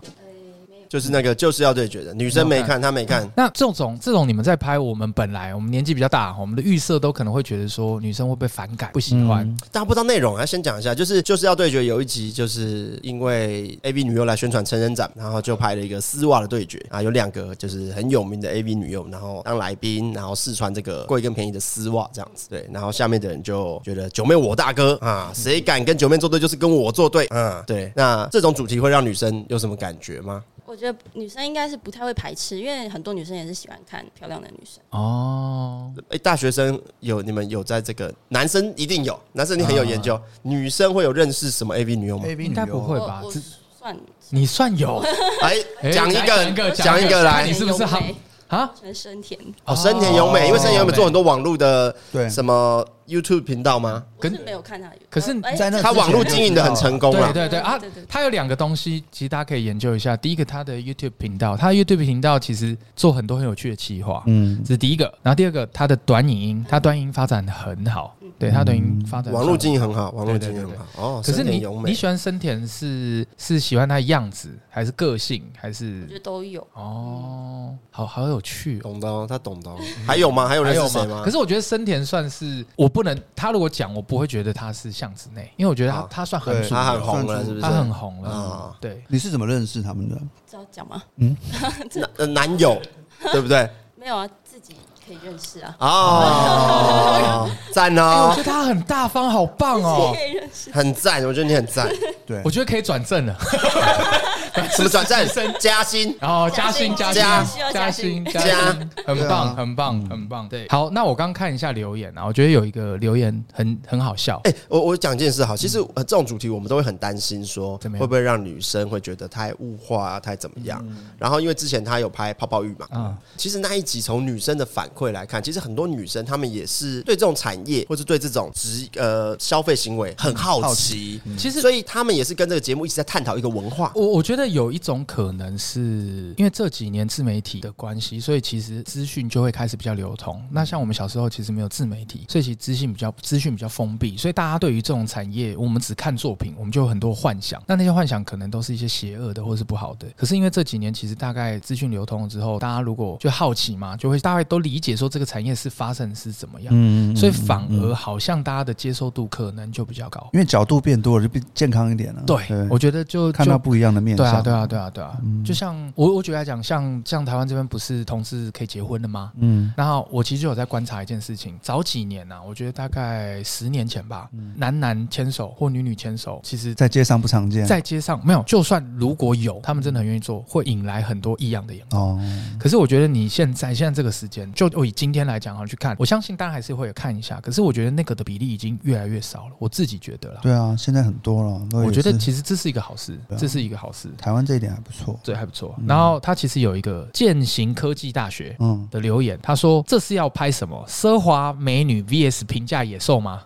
Speaker 2: 就是那个就是要对决的，女生没看，她没看。
Speaker 1: 那这种这种你们在拍，我们本来我们年纪比较大，我们的预设都可能会觉得说女生会不会反感、不喜欢，
Speaker 2: 大家不知道内容啊，先讲一下，就是就是要对决有一集，就是因为 A V 女优来宣传成人展，然后就拍了一个丝袜的对决啊，有两个就是很有名的 A V 女优，然后当来宾，然后试穿这个贵跟便宜的丝袜这样子，对，然后下面的人就觉得九妹我大哥啊，谁敢跟九妹作对就是跟我作对，嗯，对，那这种主题会让女生有什么感觉吗？
Speaker 6: 我觉得女生应该是不太会排斥，因为很多女生也是喜欢看漂亮的女生。
Speaker 1: 哦，
Speaker 2: 哎、大学生有你们有在这个男生一定有，男生你很有研究，女生会有认识什么 A V 女优吗？
Speaker 3: ，A B
Speaker 1: 应
Speaker 3: 女
Speaker 1: 该不
Speaker 3: 优
Speaker 1: 会
Speaker 6: 我
Speaker 1: 吧？
Speaker 6: 我
Speaker 1: 这
Speaker 6: 算
Speaker 1: 你算 有
Speaker 2: 哎
Speaker 1: 哎，
Speaker 2: 讲一
Speaker 1: 讲一
Speaker 2: 个
Speaker 1: 个
Speaker 2: 讲
Speaker 1: 讲
Speaker 2: 一
Speaker 1: 一个
Speaker 2: 个来
Speaker 1: 你。是不哦是好
Speaker 6: 很优美
Speaker 1: 啊？
Speaker 6: 很深甜，
Speaker 2: 哦，深田由美，因为深田由美做很多网络的
Speaker 3: 对
Speaker 2: 什么 YouTube 频道吗？
Speaker 6: 我是
Speaker 1: 跟
Speaker 6: 没有看他的，
Speaker 1: 可是
Speaker 6: 哎
Speaker 3: 在那
Speaker 2: 他网络经营的很成功
Speaker 1: 对
Speaker 2: 了。
Speaker 1: 对对啊
Speaker 6: 对对对，
Speaker 1: 他有两个东西，其实大家可以研究一下。第一个，他的 YouTube 频道，他的 YouTube 频道其实做很多很有趣的企划，
Speaker 3: 嗯
Speaker 1: 这，是第一个。然后第二个，他的短影音，他短影音发展得很好，对他短影音发展得
Speaker 2: 嗯网络经营很好，网络
Speaker 1: 对
Speaker 2: 经
Speaker 1: 对
Speaker 2: 营很好。哦，
Speaker 1: 可是
Speaker 2: 深田
Speaker 1: 你
Speaker 2: 勇
Speaker 1: 你
Speaker 2: 美
Speaker 1: 喜欢森田是是喜欢他的样子，还是个性，还是
Speaker 6: 我觉得都有。
Speaker 1: 哦，好好有趣哦。
Speaker 2: 懂的哦，他懂的哦。还有吗？还有
Speaker 1: 还
Speaker 2: 人
Speaker 1: 有
Speaker 2: 是谁吗
Speaker 1: 可？是我觉得森田算是我不能，他如果讲，我不会觉得他是巷子内，因为我觉得他、
Speaker 2: 啊
Speaker 1: 他算很
Speaker 3: 对
Speaker 1: 主流，
Speaker 2: 他很红了，
Speaker 3: 算是
Speaker 2: 是不是？
Speaker 1: 他很红了，
Speaker 2: 啊
Speaker 1: 对。
Speaker 3: 你是怎么认识他们的？
Speaker 6: 知道讲吗？
Speaker 1: 嗯
Speaker 2: 男呃男友，对不对？
Speaker 6: 没有啊，自己可以认识啊，
Speaker 2: 哦，赞
Speaker 1: 哎、我
Speaker 2: 哦
Speaker 1: 觉，得他很大方，好棒哦
Speaker 6: 自己！可以认识。
Speaker 2: 很赞，我觉得你很赞。
Speaker 3: 对
Speaker 1: 我，觉得可以转正 了，
Speaker 2: 什么 转战？加薪？
Speaker 1: 然后加薪加
Speaker 6: 加
Speaker 1: 薪
Speaker 2: 薪
Speaker 6: 加
Speaker 1: 薪
Speaker 6: 薪
Speaker 1: 加
Speaker 2: 加
Speaker 1: 薪，很
Speaker 3: 对
Speaker 1: 棒
Speaker 3: 啊
Speaker 1: 很
Speaker 2: 嗯
Speaker 1: 棒很棒。对，好，那我刚看一下留言啊，我觉得有一个留言很很好笑，
Speaker 2: 哎、我我讲件事好，其实
Speaker 3: 嗯
Speaker 2: 呃这种主题我们都会很担心，说
Speaker 1: 怎么
Speaker 2: 会
Speaker 1: 样
Speaker 2: 不会让女生会觉得太物化、啊、太怎么样？
Speaker 3: 嗯
Speaker 2: 然后因为之前她有拍泡泡浴嘛，
Speaker 1: 嗯
Speaker 2: 其实那一集从女生的反馈来看，其实很多女生她们也是对这种产业或是对这种职呃消费行为很好
Speaker 3: 好嗯
Speaker 2: 奇，
Speaker 1: 其实
Speaker 2: 所以她们也是跟这个节目一直在探讨一个文化。
Speaker 1: 我我觉得有一种可能是因为这几年自媒体的关系，所以其实资讯就会开始比较流通。那像我们小时候其实没有自媒体，所以其实资讯比较资讯比较封闭，所以大家对于这种产业，我们只看作品，我们就有很多幻想。那那些幻想可能都是一些邪恶的或是不好的。可是因为这几年其实大概资讯流通了之后，大家如果就好奇嘛，就会大概都理解说这个产业是发生是怎么样，
Speaker 3: 嗯嗯
Speaker 1: 所以反而好像大家的接受度可能就比较高。
Speaker 3: 因为角度变多了，就变健康一点了。
Speaker 1: 对，我觉得就
Speaker 3: 看
Speaker 1: 就
Speaker 3: 到不一样的面嗯
Speaker 1: 对
Speaker 3: 相。
Speaker 1: 啊，对啊，对啊，对啊，就像我我举例来讲，像像台湾这边不是同志可以结婚的吗？
Speaker 3: 嗯，
Speaker 1: 然后我其实有在观察一件事情，早几年呐、啊，我觉得大概十年前吧，男男牵手或女女牵手，其实在
Speaker 3: 嗯在街上不常见。
Speaker 1: 在街上没有，就算如果有，他们真的很愿意做，会引来很多异样的眼光。
Speaker 3: 哦，
Speaker 1: 可是我觉得你现在现在这个时间，就我以今天来讲哈去看，我相信大家还是会有看一下，可是我觉得那个的比例已经越来越少了，我自己觉得啦。
Speaker 3: 对啊，现在很多了。
Speaker 1: 我觉得
Speaker 3: 也是
Speaker 1: 其实这是一个好事，
Speaker 3: 对啊
Speaker 1: 这是一个好事。
Speaker 3: 台湾这一点还不错。
Speaker 1: 这还不错。
Speaker 2: 嗯
Speaker 1: 然后他其实有一个践行科技大学
Speaker 3: 嗯，
Speaker 1: 的留言，他说这是要拍什么奢华美女 VS 评价野兽 吗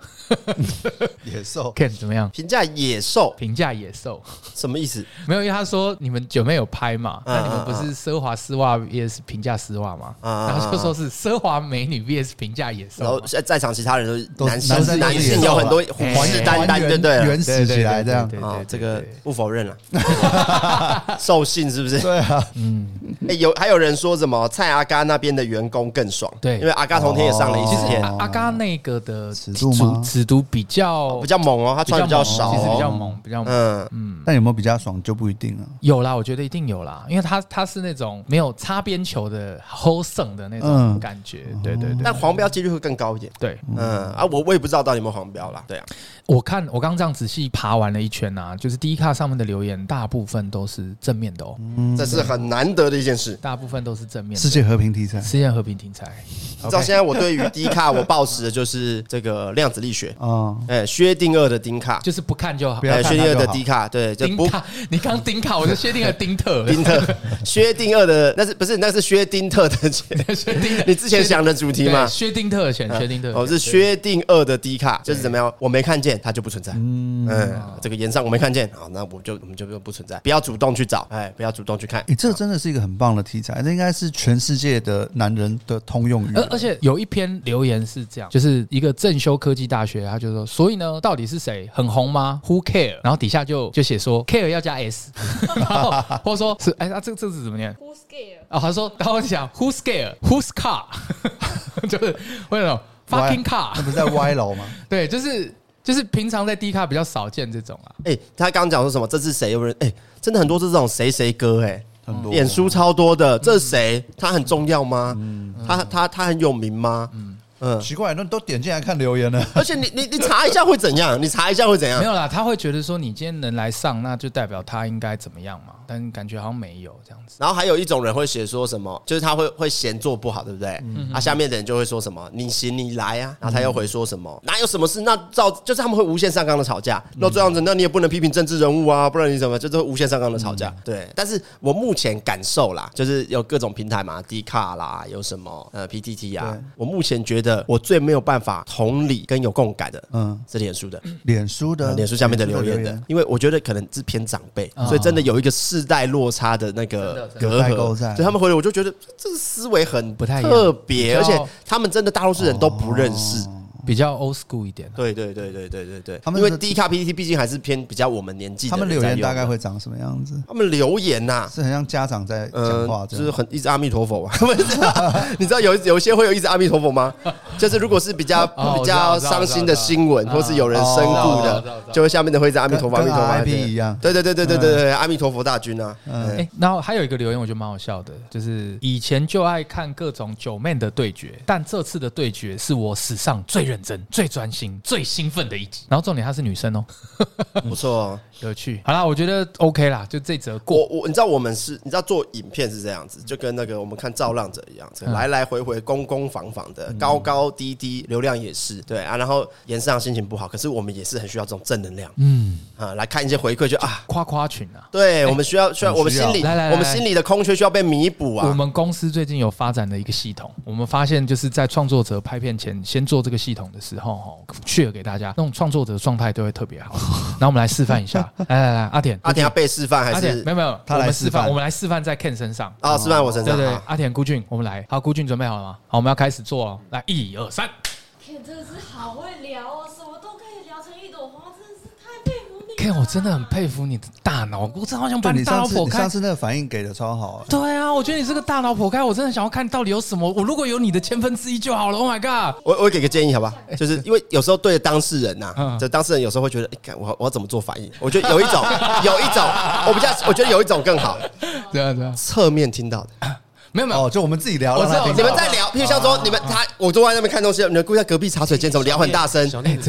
Speaker 3: 野兽
Speaker 1: ？Ken 怎么样？
Speaker 2: 评价野兽
Speaker 1: 评价野兽
Speaker 2: 什么意思？
Speaker 1: 没有，因为他说你们九妹有拍嘛，
Speaker 2: 嗯
Speaker 1: 那你们不是奢华丝袜 VS 评价丝袜吗？
Speaker 2: 嗯
Speaker 1: 然后就说是奢华美女 VS 评价野
Speaker 2: 然后
Speaker 1: 兽嘛。
Speaker 2: 在在场其他人都
Speaker 3: 都
Speaker 2: 男性
Speaker 3: 男生
Speaker 2: 男
Speaker 3: 都是
Speaker 2: 性
Speaker 3: 野兽
Speaker 2: 有很
Speaker 3: 啊
Speaker 2: 多虎视眈眈，对不对了？
Speaker 3: 原始起来这样。
Speaker 1: 对对
Speaker 2: 啊
Speaker 1: 对，
Speaker 2: 这
Speaker 1: 对
Speaker 2: 个
Speaker 1: 对
Speaker 2: 不否认了， 兽性是不是？
Speaker 3: 对啊，
Speaker 2: 哎，有还有人说什么蔡阿嘎那边的员工更爽，
Speaker 1: 对哦
Speaker 2: 因为阿嘎同天也上了一
Speaker 1: 其
Speaker 2: 次
Speaker 1: 实
Speaker 2: 天，
Speaker 1: 阿阿嘎那个的
Speaker 3: 尺度吗
Speaker 1: 尺度比较
Speaker 2: 比较猛哦，他穿比较少，
Speaker 1: 其实比较
Speaker 2: 哦，
Speaker 1: 猛，比较猛。
Speaker 2: 嗯，
Speaker 3: 但有没有比较爽就不一定了。
Speaker 1: 有啦，我觉得一定有啦，因为他他是那种没有擦边球的 whole 的那种
Speaker 3: 嗯
Speaker 1: 感觉，对对对
Speaker 2: 但黄标几率会更高一点，
Speaker 1: 对。
Speaker 2: 嗯啊，我我也不知道到底有没有黄标啦，对啊，
Speaker 1: 我看我刚这样仔细爬完了一圈啊，就是第一卡上面的留言大部分都是正面的哦，
Speaker 2: 这是很难得的一件事。
Speaker 1: 大部分都是正面的。
Speaker 3: 世界和平题材
Speaker 1: 世界和平停才，
Speaker 2: 你知道
Speaker 1: OK
Speaker 2: 现在我对于低卡我抱持的就是这个量子力学，
Speaker 3: 啊，
Speaker 2: 哎，薛定谔的丁卡，
Speaker 1: 就是不看就好
Speaker 3: 不。要
Speaker 2: 哎，
Speaker 3: 看
Speaker 2: 薛定谔
Speaker 3: 它
Speaker 2: 的
Speaker 3: 就好
Speaker 2: 低卡，对，就
Speaker 1: 丁
Speaker 2: 不
Speaker 1: 卡，你刚丁卡，我就确定 了丁特，
Speaker 2: 丁特，薛定谔的那是不是那是薛丁特的 钱？
Speaker 1: 薛定
Speaker 2: 你之前想的主题嘛
Speaker 1: 对？薛定特选，薛定特选，
Speaker 2: 哦，是薛定谔的低卡，就是怎么样？我没看见，它就不存在。嗯，这个延上我没看见，哦好，那我就我们就不存在，不要主动去找，哎，不要主动去看
Speaker 3: 诶，。
Speaker 1: 嗯
Speaker 3: 这真的是一个很棒的题材，这应该是全世界的男人的通用语
Speaker 1: 呃而
Speaker 3: 言。
Speaker 1: 而且有一篇留言是这样，就是一个正修科技大学，他就说，所以呢，到底是谁很红吗？Who care？然后底下就就写说 care 要加 s，然 后或者说是哎，那、这个这个字怎么念？
Speaker 4: Who scare？
Speaker 1: 啊、他说，然后我就想 who scare？Who's car？就是为什么 fucking
Speaker 3: 那
Speaker 1: car？
Speaker 3: 不是在歪楼吗？
Speaker 1: 对，就是就是平常在 D 卡比较少见这种啊。
Speaker 2: 哎，他刚刚讲说什么？这是谁？有人哎，真的很多是这种谁谁歌哎。
Speaker 3: 很
Speaker 1: 哦
Speaker 3: 多
Speaker 2: 脸书超多
Speaker 1: 嗯
Speaker 2: 的，这是谁？他很重要吗？他他他很有名吗？嗯，
Speaker 3: 奇怪，那都点进来看留言了。
Speaker 2: 而且你你你查一下会怎样？你查一下会怎样
Speaker 1: 没？有啦，他会觉得说你今天能来上，那就代表他应该怎么样嘛？但感觉好像没有这样子。
Speaker 2: 然后还有一种人会写说什么，就是他会会嫌做不好，对不对？
Speaker 3: 嗯
Speaker 2: 啊，下面的人就会说什么你行你来啊，然后他又回说什么哪有什么事，那照就是他们会无限上纲的吵架。那这样子，那你也不能批评政治人物啊，不然你怎么就是会无限上纲的吵架？
Speaker 3: 嗯
Speaker 2: 对，但是我目前感受啦，就是有各种平台嘛，D 卡啦，有什么呃 PTT 啊
Speaker 3: 对，
Speaker 2: 我目前觉得我最没有办法同理跟有共感的
Speaker 3: 嗯，
Speaker 2: 是脸书的。
Speaker 3: 脸书的
Speaker 2: 呃脸书下面的留言
Speaker 3: 脸
Speaker 2: 的
Speaker 3: 书，
Speaker 2: 因为我觉得可能是偏长辈，
Speaker 1: 啊
Speaker 2: 所以真的有一个世代落差的那个
Speaker 1: 真的真
Speaker 2: 隔
Speaker 3: 代沟
Speaker 2: 阂，
Speaker 3: 在
Speaker 2: 所以他们回来我就觉得这个思维很
Speaker 1: 不太一样哦
Speaker 2: 特别，
Speaker 1: 比
Speaker 2: 而
Speaker 1: 较
Speaker 2: 且他们真的大多数人都不认识。
Speaker 1: 比较 old school 一点、啊。
Speaker 2: 对对对对对对对，
Speaker 3: 他们
Speaker 2: 因为
Speaker 3: 是
Speaker 2: D 卡 PPT 毕竟还是偏比较我们年纪，
Speaker 3: 他们留言大概，会长什么样子？
Speaker 2: 他们留言呐、
Speaker 3: 是很像家长在讲
Speaker 2: 嗯，
Speaker 3: 话这
Speaker 2: 就是
Speaker 3: 样。
Speaker 2: 很一直阿弥 陀佛吧，不是啊 你知道有有些会有一直阿弥陀佛吗？就是如果是比较
Speaker 1: 哦
Speaker 2: 比较
Speaker 1: 我知道我知道
Speaker 2: 伤心的新闻，
Speaker 1: 我知
Speaker 2: 或
Speaker 1: 道
Speaker 2: 是有人身故
Speaker 1: 哦我知道我知道我
Speaker 2: 的
Speaker 1: 知，道
Speaker 2: 就会下面的会一直阿弥陀佛，阿弥
Speaker 3: 跟
Speaker 2: 陀佛
Speaker 3: RIP
Speaker 2: 对
Speaker 3: 一样
Speaker 2: 对对对对对对
Speaker 1: 嗯
Speaker 2: 对，阿弥陀佛大军啊！
Speaker 1: 哎、
Speaker 3: 嗯，
Speaker 1: 然后还有一个留言，我觉得蛮好笑的，就是以前就爱看各种九妹的对决，但这次的对决是我史上最认真、最专心、最兴奋的一集。然后重点她是女生哦，
Speaker 2: 不错哦，
Speaker 1: 有趣。好啦，我觉得 OK 啦，就这则
Speaker 2: 我
Speaker 1: 过。
Speaker 2: 我你知道我们是，你知道做影片是这样子，就跟那个我们看《造浪者》一样，这
Speaker 1: 嗯
Speaker 2: 个来来回回、攻攻防防的，高高低低，流量也是对啊。然后颜上心情不好，可是我们也是很需要这种正能量
Speaker 1: 嗯，
Speaker 2: 啊，来看一些回馈，就啊，
Speaker 1: 夸夸群啊。
Speaker 2: 对我们需要需要
Speaker 3: 很需要
Speaker 2: 我们心里
Speaker 1: 来来来
Speaker 2: 我们心里的空缺需要被弥补
Speaker 1: 我
Speaker 2: 啊。
Speaker 1: 们公司最近有发展的一个系统，我们发现就是在创作者拍片前先做这个系统的时候，哈，去给大家那种创作者的状态都会特别好。然后我们来示范一 下，来来来，阿田，
Speaker 2: 阿田要被示范还
Speaker 1: 阿田，
Speaker 2: 是
Speaker 1: 没有没有，
Speaker 3: 他来
Speaker 1: 我们
Speaker 3: 示
Speaker 1: 示范，
Speaker 3: 范
Speaker 1: 我们来示范在 Ken 身上。
Speaker 2: 啊示范我身
Speaker 1: 对
Speaker 2: 上？
Speaker 1: 对
Speaker 2: 好，
Speaker 1: 阿田、孤俊，我们来。好，孤俊准备好了吗？好，我们要开始做了。来，一二三。
Speaker 4: Ken 真的是好会聊哦，什么都可以聊成一朵花，真的是太佩服你
Speaker 1: Ken，我真的很佩服你的大脑，我真的好想把
Speaker 3: 对
Speaker 1: 你
Speaker 3: 你
Speaker 1: 大脑
Speaker 3: 上次
Speaker 1: 剖
Speaker 3: 你
Speaker 1: 开
Speaker 3: 上。次那个反应给的超好，
Speaker 1: 对啊，我觉得你这个大脑剖开，我真的想要看到底有什么。我如果有你的千分之一就好了。Oh my god！
Speaker 2: 我我给个建议好不好？就是因为有时候对当事人呐、
Speaker 1: 哎嗯
Speaker 2: 就当事人有时候会觉得，哎、看我我要怎么做反应？我觉得有一种有一种，我比较我觉得有一种更好，
Speaker 1: 对啊对啊，
Speaker 2: 侧面听到的。
Speaker 1: 没有没有，
Speaker 3: 哦，就我们自己聊，
Speaker 1: 我
Speaker 3: 让
Speaker 1: 知道
Speaker 3: 他听
Speaker 2: 你们
Speaker 3: 到
Speaker 2: 在聊，譬如像说你们
Speaker 1: 哦
Speaker 2: 他，我坐在那边看东西，你们故意在隔壁茶水间怎么聊很大声？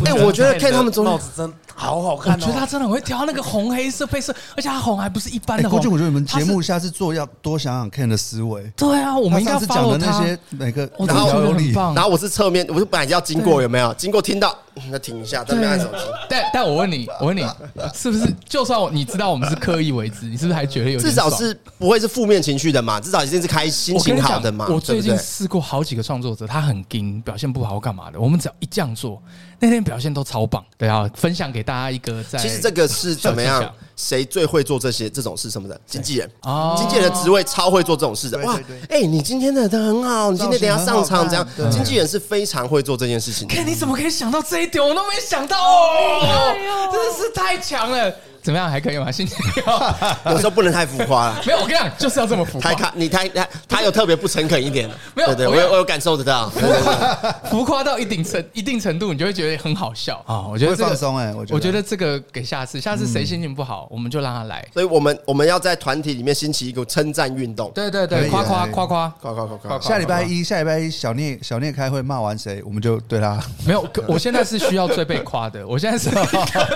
Speaker 2: 哎，我觉得看他们昨
Speaker 5: 帽
Speaker 2: 天
Speaker 5: 子真好好看
Speaker 1: 我
Speaker 5: 哦，
Speaker 1: 觉得他真的很会挑那个红黑色配色，而且他红还不是一般
Speaker 3: 哎，
Speaker 1: 的
Speaker 3: 郭
Speaker 1: 红。
Speaker 3: 俊，我觉得你们
Speaker 1: 他
Speaker 3: 节
Speaker 1: 是
Speaker 3: 目下次做要多想想 Ken 的思维，
Speaker 1: 对啊，我
Speaker 3: 我
Speaker 1: 们应该
Speaker 3: 上
Speaker 1: 要
Speaker 3: 次讲
Speaker 1: follow
Speaker 3: 的那
Speaker 1: 他。哦
Speaker 3: 些每个
Speaker 1: 我真
Speaker 2: 然
Speaker 1: 的
Speaker 2: 后
Speaker 1: 觉
Speaker 3: 条
Speaker 1: 得
Speaker 3: 有理
Speaker 1: 很，棒。
Speaker 2: 然后我是侧面，我就本来要经过有没有？经过听到，嗯那停一下，在那边按手机。
Speaker 1: 但但我问你，我问 你，是不是就算我你知道我们是刻意为之，你是不是还觉得有点
Speaker 2: 至少
Speaker 1: 爽
Speaker 2: 是不会是负面情绪的嘛，至少一定是开心
Speaker 1: 我跟
Speaker 2: 情
Speaker 1: 你
Speaker 2: 好
Speaker 1: 讲，
Speaker 2: 的嘛，
Speaker 1: 我
Speaker 2: 对
Speaker 1: 最
Speaker 2: 不
Speaker 1: 近
Speaker 2: 对？
Speaker 1: 试过好几个创作者，他很硬，表现不好干嘛的。我们只要一这样做，那天表现都超棒。对啊，分享给大家一个在
Speaker 2: 其实这个是怎么
Speaker 1: 小技
Speaker 2: 样
Speaker 1: 巧？
Speaker 2: 谁最会做这些这种事？什么的？经纪人
Speaker 1: 哦，
Speaker 2: 经纪人的职位超会做这种事的。
Speaker 3: 对
Speaker 2: 哇
Speaker 3: 对，
Speaker 2: 哎，你今天的的很好，你今天等一下上场怎样
Speaker 3: 造型很好看？对
Speaker 2: 经纪人是非常会做这件事情的。
Speaker 1: 哎看你怎么可以想到这一点，我都没想到哦，真的是太强了。怎么样，还可以吗？心情好
Speaker 2: 有时候不能太浮夸了。
Speaker 1: 没有，我跟你讲，就是要这么浮夸
Speaker 2: 他。看你他他他有特别不诚恳一点，
Speaker 1: 没有
Speaker 2: 对对，
Speaker 1: 我
Speaker 2: 我
Speaker 1: 跟
Speaker 2: 有我有感受得到，对对对
Speaker 1: 浮夸到一定程一定程度，你就会觉得很好笑啊、我觉得
Speaker 3: 会
Speaker 1: 这
Speaker 3: 放
Speaker 1: 个，
Speaker 3: 松哎，我
Speaker 1: 我觉得这个给下次，下次谁心情不好，我们就让他来。
Speaker 2: 所以我们我们要在团体里面兴起一股称赞运动，
Speaker 1: 对对
Speaker 3: 可
Speaker 1: 对，
Speaker 3: 以
Speaker 1: 夸夸
Speaker 3: 可以
Speaker 1: 夸啊夸，
Speaker 2: 快快快快！
Speaker 3: 下礼拜一，下礼拜一，小聂小聂开会骂完谁，我们就对他。
Speaker 1: 没有，可我现在是需要最被夸的，我现 在是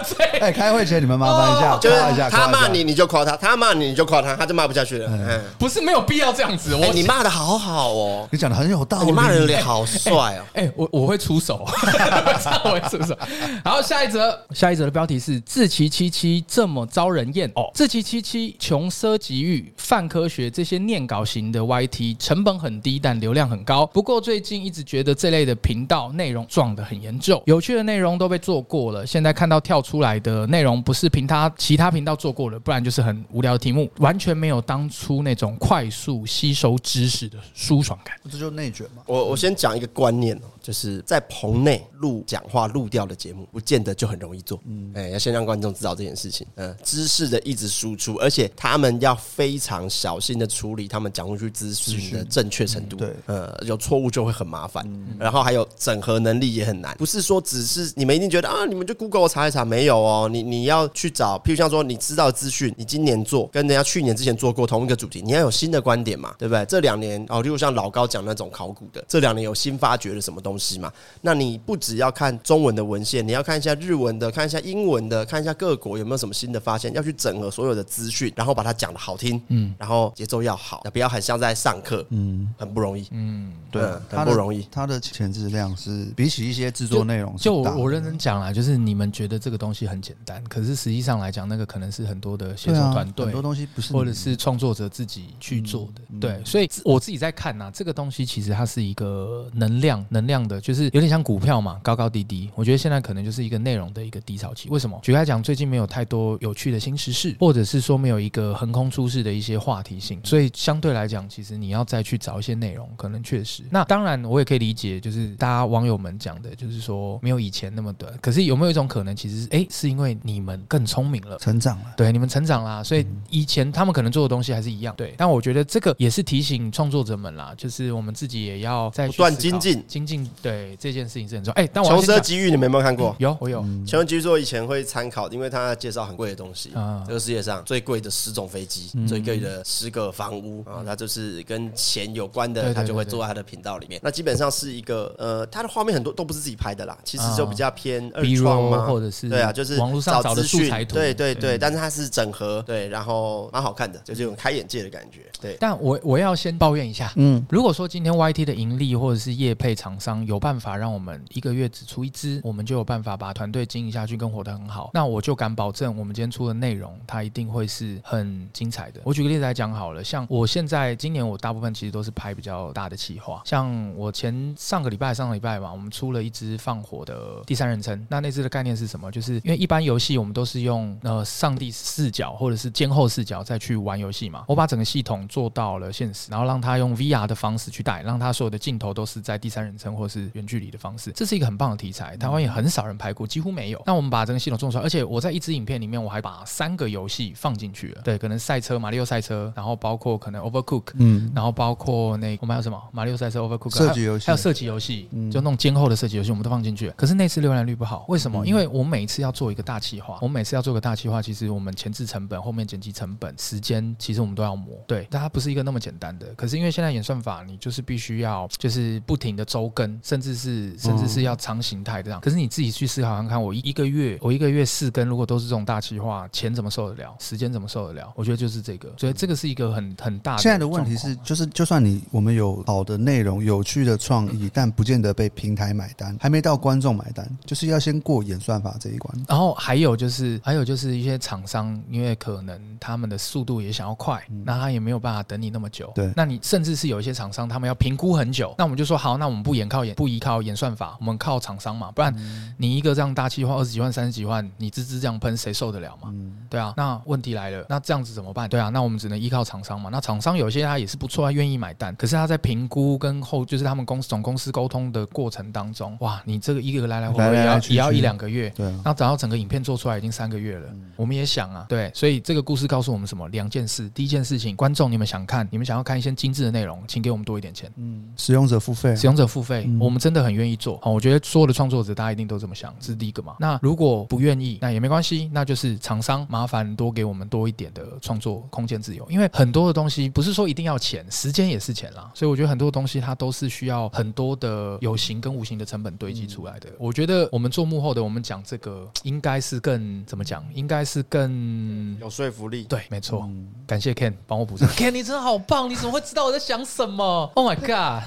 Speaker 1: 最
Speaker 3: 哎，开会前你们麻烦一下，
Speaker 2: 哦就是
Speaker 3: 夸一下，
Speaker 2: 他
Speaker 3: 夸一
Speaker 2: 骂
Speaker 3: 下
Speaker 2: 你，你就夸他；他骂你，你就夸他，他就骂不下去了。嗯，
Speaker 1: 不是没有必要这样子。我、
Speaker 2: 哎，你骂的好好哦，
Speaker 3: 你讲的很有道
Speaker 2: 哎
Speaker 3: 理，
Speaker 2: 你骂人的脸好帅哦。
Speaker 1: 哎、我我会出手， 我会出手。然后下一则，下一则的标题是“自欺欺欺这么招人厌”哦，“自欺欺欺穷奢极欲泛科学”这些念稿型的 YT 成本很低，但流量很高。不过最近一直觉得这类的频道内容撞得很严重，有趣的内容都被做过了，现在看到跳出来的内容不是平他其他频道做过了，不然就是很无聊的题目，完全没有当初那种快速吸收知识的舒爽感。
Speaker 3: 这就内卷嘛。
Speaker 2: 我我先讲一个观念哦，就是在棚内录讲话录掉的节目，不见得就很容易做。嗯，哎，要先让观众知道这件事情。嗯，知识的一直输出，而且他们要非常小心的处理他们讲出去资讯的正确程度。
Speaker 3: 对
Speaker 2: 呃，有错误就会很麻烦，然后还有整合能力也很难。不是说只是你们一定觉得啊，你们就 Google 查一查，没有哦，你你要去找好，譬如像说你知道资讯，你今年做跟人家去年之前做过同一个主题，你要有新的观点嘛，对不对？这两年哦，例如像老高讲那种考古的，这两年有新发掘了什么东西嘛？那你不只要看中文的文献，你要看一下日文的，看一下英文的，看一下各国有没有什么新的发现，要去整合所有的资讯，然后把它讲的好听，嗯，然后节奏要好，不要很像在上课，嗯，很不容易，嗯，对，很
Speaker 3: 它
Speaker 2: 不
Speaker 3: 的
Speaker 2: 容易。
Speaker 3: 它的前置量是比起一些制作内容是
Speaker 1: 就
Speaker 3: 大
Speaker 1: 我
Speaker 3: 的
Speaker 1: 我认真讲啦，就是你们觉得这个东西很简单，可是实际上来讲，那个可能是很多的写
Speaker 3: 对
Speaker 1: 手
Speaker 3: 啊
Speaker 1: 团队、
Speaker 3: 很多东西不是
Speaker 1: 或者
Speaker 3: 你嗯
Speaker 1: 是创作者自己去做的。对，所以我自己在看呐、这个东西其实它是一个能量，能量的，就是有点像股票嘛，高高低低。我觉得现在可能就是一个内容的一个低潮期。为什么？举个来讲，最近没有太多有趣的新时事，或者是说没有一个横空出世的一些话题性，所以相对来讲，其实你要再去找一些内容，可能确实。那当然，我也可以理解，就是大家网友们讲的，就是说没有以前那么短。可是有没有一种可能，其实是诶，是因为你们更聪明了，
Speaker 3: 成长了。
Speaker 1: 对，你们成长啦，所以
Speaker 2: 嗯
Speaker 1: 以前他们可能做的东西还是一样，对。但我觉得这个也是提醒创作者们啦，就是我们自己也要再去
Speaker 2: 不断
Speaker 1: 思考
Speaker 2: 精进
Speaker 1: 精进。对这件事情是很重要。哎，但我要
Speaker 2: 穷
Speaker 1: 先
Speaker 2: 奢
Speaker 1: 讲嗯
Speaker 2: 极欲，你们有没有看过？
Speaker 1: 有我有，
Speaker 3: 嗯
Speaker 2: 穷奢极欲是我以前会参考的，因为他介绍很贵的东西
Speaker 1: 啊，嗯
Speaker 2: 这个世界上最贵的十种飞机，最贵的十个房屋啊，他就是跟钱有关
Speaker 1: 对
Speaker 2: 的，
Speaker 1: 对
Speaker 2: 他就会
Speaker 1: 对对
Speaker 2: 做在他的频道里面。那基本上是一个呃，他的画面很多都不是自己拍的啦，其实
Speaker 1: 啊
Speaker 2: 就比较偏嗯二
Speaker 1: B
Speaker 2: 创
Speaker 1: roll
Speaker 2: 嘛，
Speaker 1: 或者是
Speaker 2: 对啊，就是
Speaker 1: 网络上找的
Speaker 2: 资讯
Speaker 1: 素材图
Speaker 2: 对对对，
Speaker 1: 嗯
Speaker 2: 但是它是整合，对，然后蛮好看的，就是有种开眼界的感觉，对。
Speaker 1: 但我我要先抱怨一下，
Speaker 3: 嗯，
Speaker 1: 如果说今天 YT 的盈利或者是业配厂商有办法让我们一个月只出一支，我们就有办法把团队经营下去，跟活得很好，那我就敢保证，我们今天出的内容它一定会是很精彩的。我举个例子来讲好了，像我现在今年我大部分其实都是拍比较大的企划，像我前上个礼拜上个礼拜嘛，我们出了一支放火的第三人称，那那支的概念是什么？就是因为一般游戏我们都是用呃上帝视角或者是监后视角再去玩游戏嘛，我把整个系统做到了现实，然后让它用 VR 的方式去带，让它所有的镜头都是在第三人称或是远距离的方式，这是一个很棒的题材，台湾也很少人拍过，几乎没有。那我们把整个系统做出来，而且我在一支影片里面我还把三个游戏放进去了，对，可能赛车、马里奥赛车，然后包括可能 Overcook，
Speaker 3: 嗯，
Speaker 1: 然后包括那我们还有什么马里奥赛车、Overcook
Speaker 3: 射击游戏嗯
Speaker 1: 还有射击游戏，就那种监后的射击游戏，我们都放进去了。可是那次浏览率不好，为什
Speaker 3: 嗯
Speaker 1: 么？因为我每次要做一个大企划，我每次要做个大企划，其实我们前置成本、后面剪辑成本、时间，其实我们都要磨。对，但它不是一个那么简单的。可是因为现在演算法，你就是必须要就是不停的周更，甚至是甚至
Speaker 3: 嗯
Speaker 1: 是要长形态这样。可是你自己去思考看看，我一一个月我一个月四更，如果都是这种大企划，钱怎么受得了？时间怎么受得了？我觉得就是这个，所以这个是一个很很大的。
Speaker 3: 现在的问题是，，就是就算你我们有好的内容、有趣的创意，但不见得被平台买单，还没到观众买单，就是要先过演算法这一关。
Speaker 1: 然后还有就是，还有就是一些厂商，因为可能他们的速度也想要快，那他也没有办法等你那么久。
Speaker 3: 对
Speaker 1: 那你甚至是有一些厂商，他们要评估很久，那我们就说好，那我们不研靠演，不依靠演算法，我们靠厂商嘛，不然你一个这样大气化二十几万、三十几万，你吱吱这样喷，谁受得了嘛？
Speaker 3: 嗯
Speaker 1: 对啊，那问题来了，那这样子怎么办？对啊，那我们只能依靠厂商嘛。那厂商有些他也是不错，他愿意买单，可是他在评估跟后就是他们公司总公司沟通的过程当中，哇，你这个一个来来回回
Speaker 3: 来来
Speaker 1: 也要
Speaker 3: 来去
Speaker 1: 也要
Speaker 3: 去
Speaker 1: 一两个月，
Speaker 3: 对啊，
Speaker 1: 那等到整个影片做出来已经三个月了，我们也想啊，对，所以这个故事告诉我们什么？两件事，第一件事情，观众你们想看，你们想要看一些精致的内容，请给我们多一点钱，
Speaker 3: 使用者付费啊，
Speaker 1: 使用者付费，我们真的很愿意做。哦好，我觉得所有的创作者大家一定都这么想，这是第一个嘛。那如果不愿意，那也没关系，那就是厂商麻烦多给我们多一点的创作空间自由，因为很多的东西不是说一定要钱，时间也是钱啦。所以我觉得很多东西它都是需要很多的有形跟无形的成本堆积出来
Speaker 3: 嗯
Speaker 1: 的。我觉得我们做幕后的，我们讲这个应该是更怎么讲，应该是更
Speaker 2: 有说服力，
Speaker 1: 对，没错。感谢 Ken 帮我补上。Ken，你真 的好棒！你怎么会知道我在想什么？Oh my god！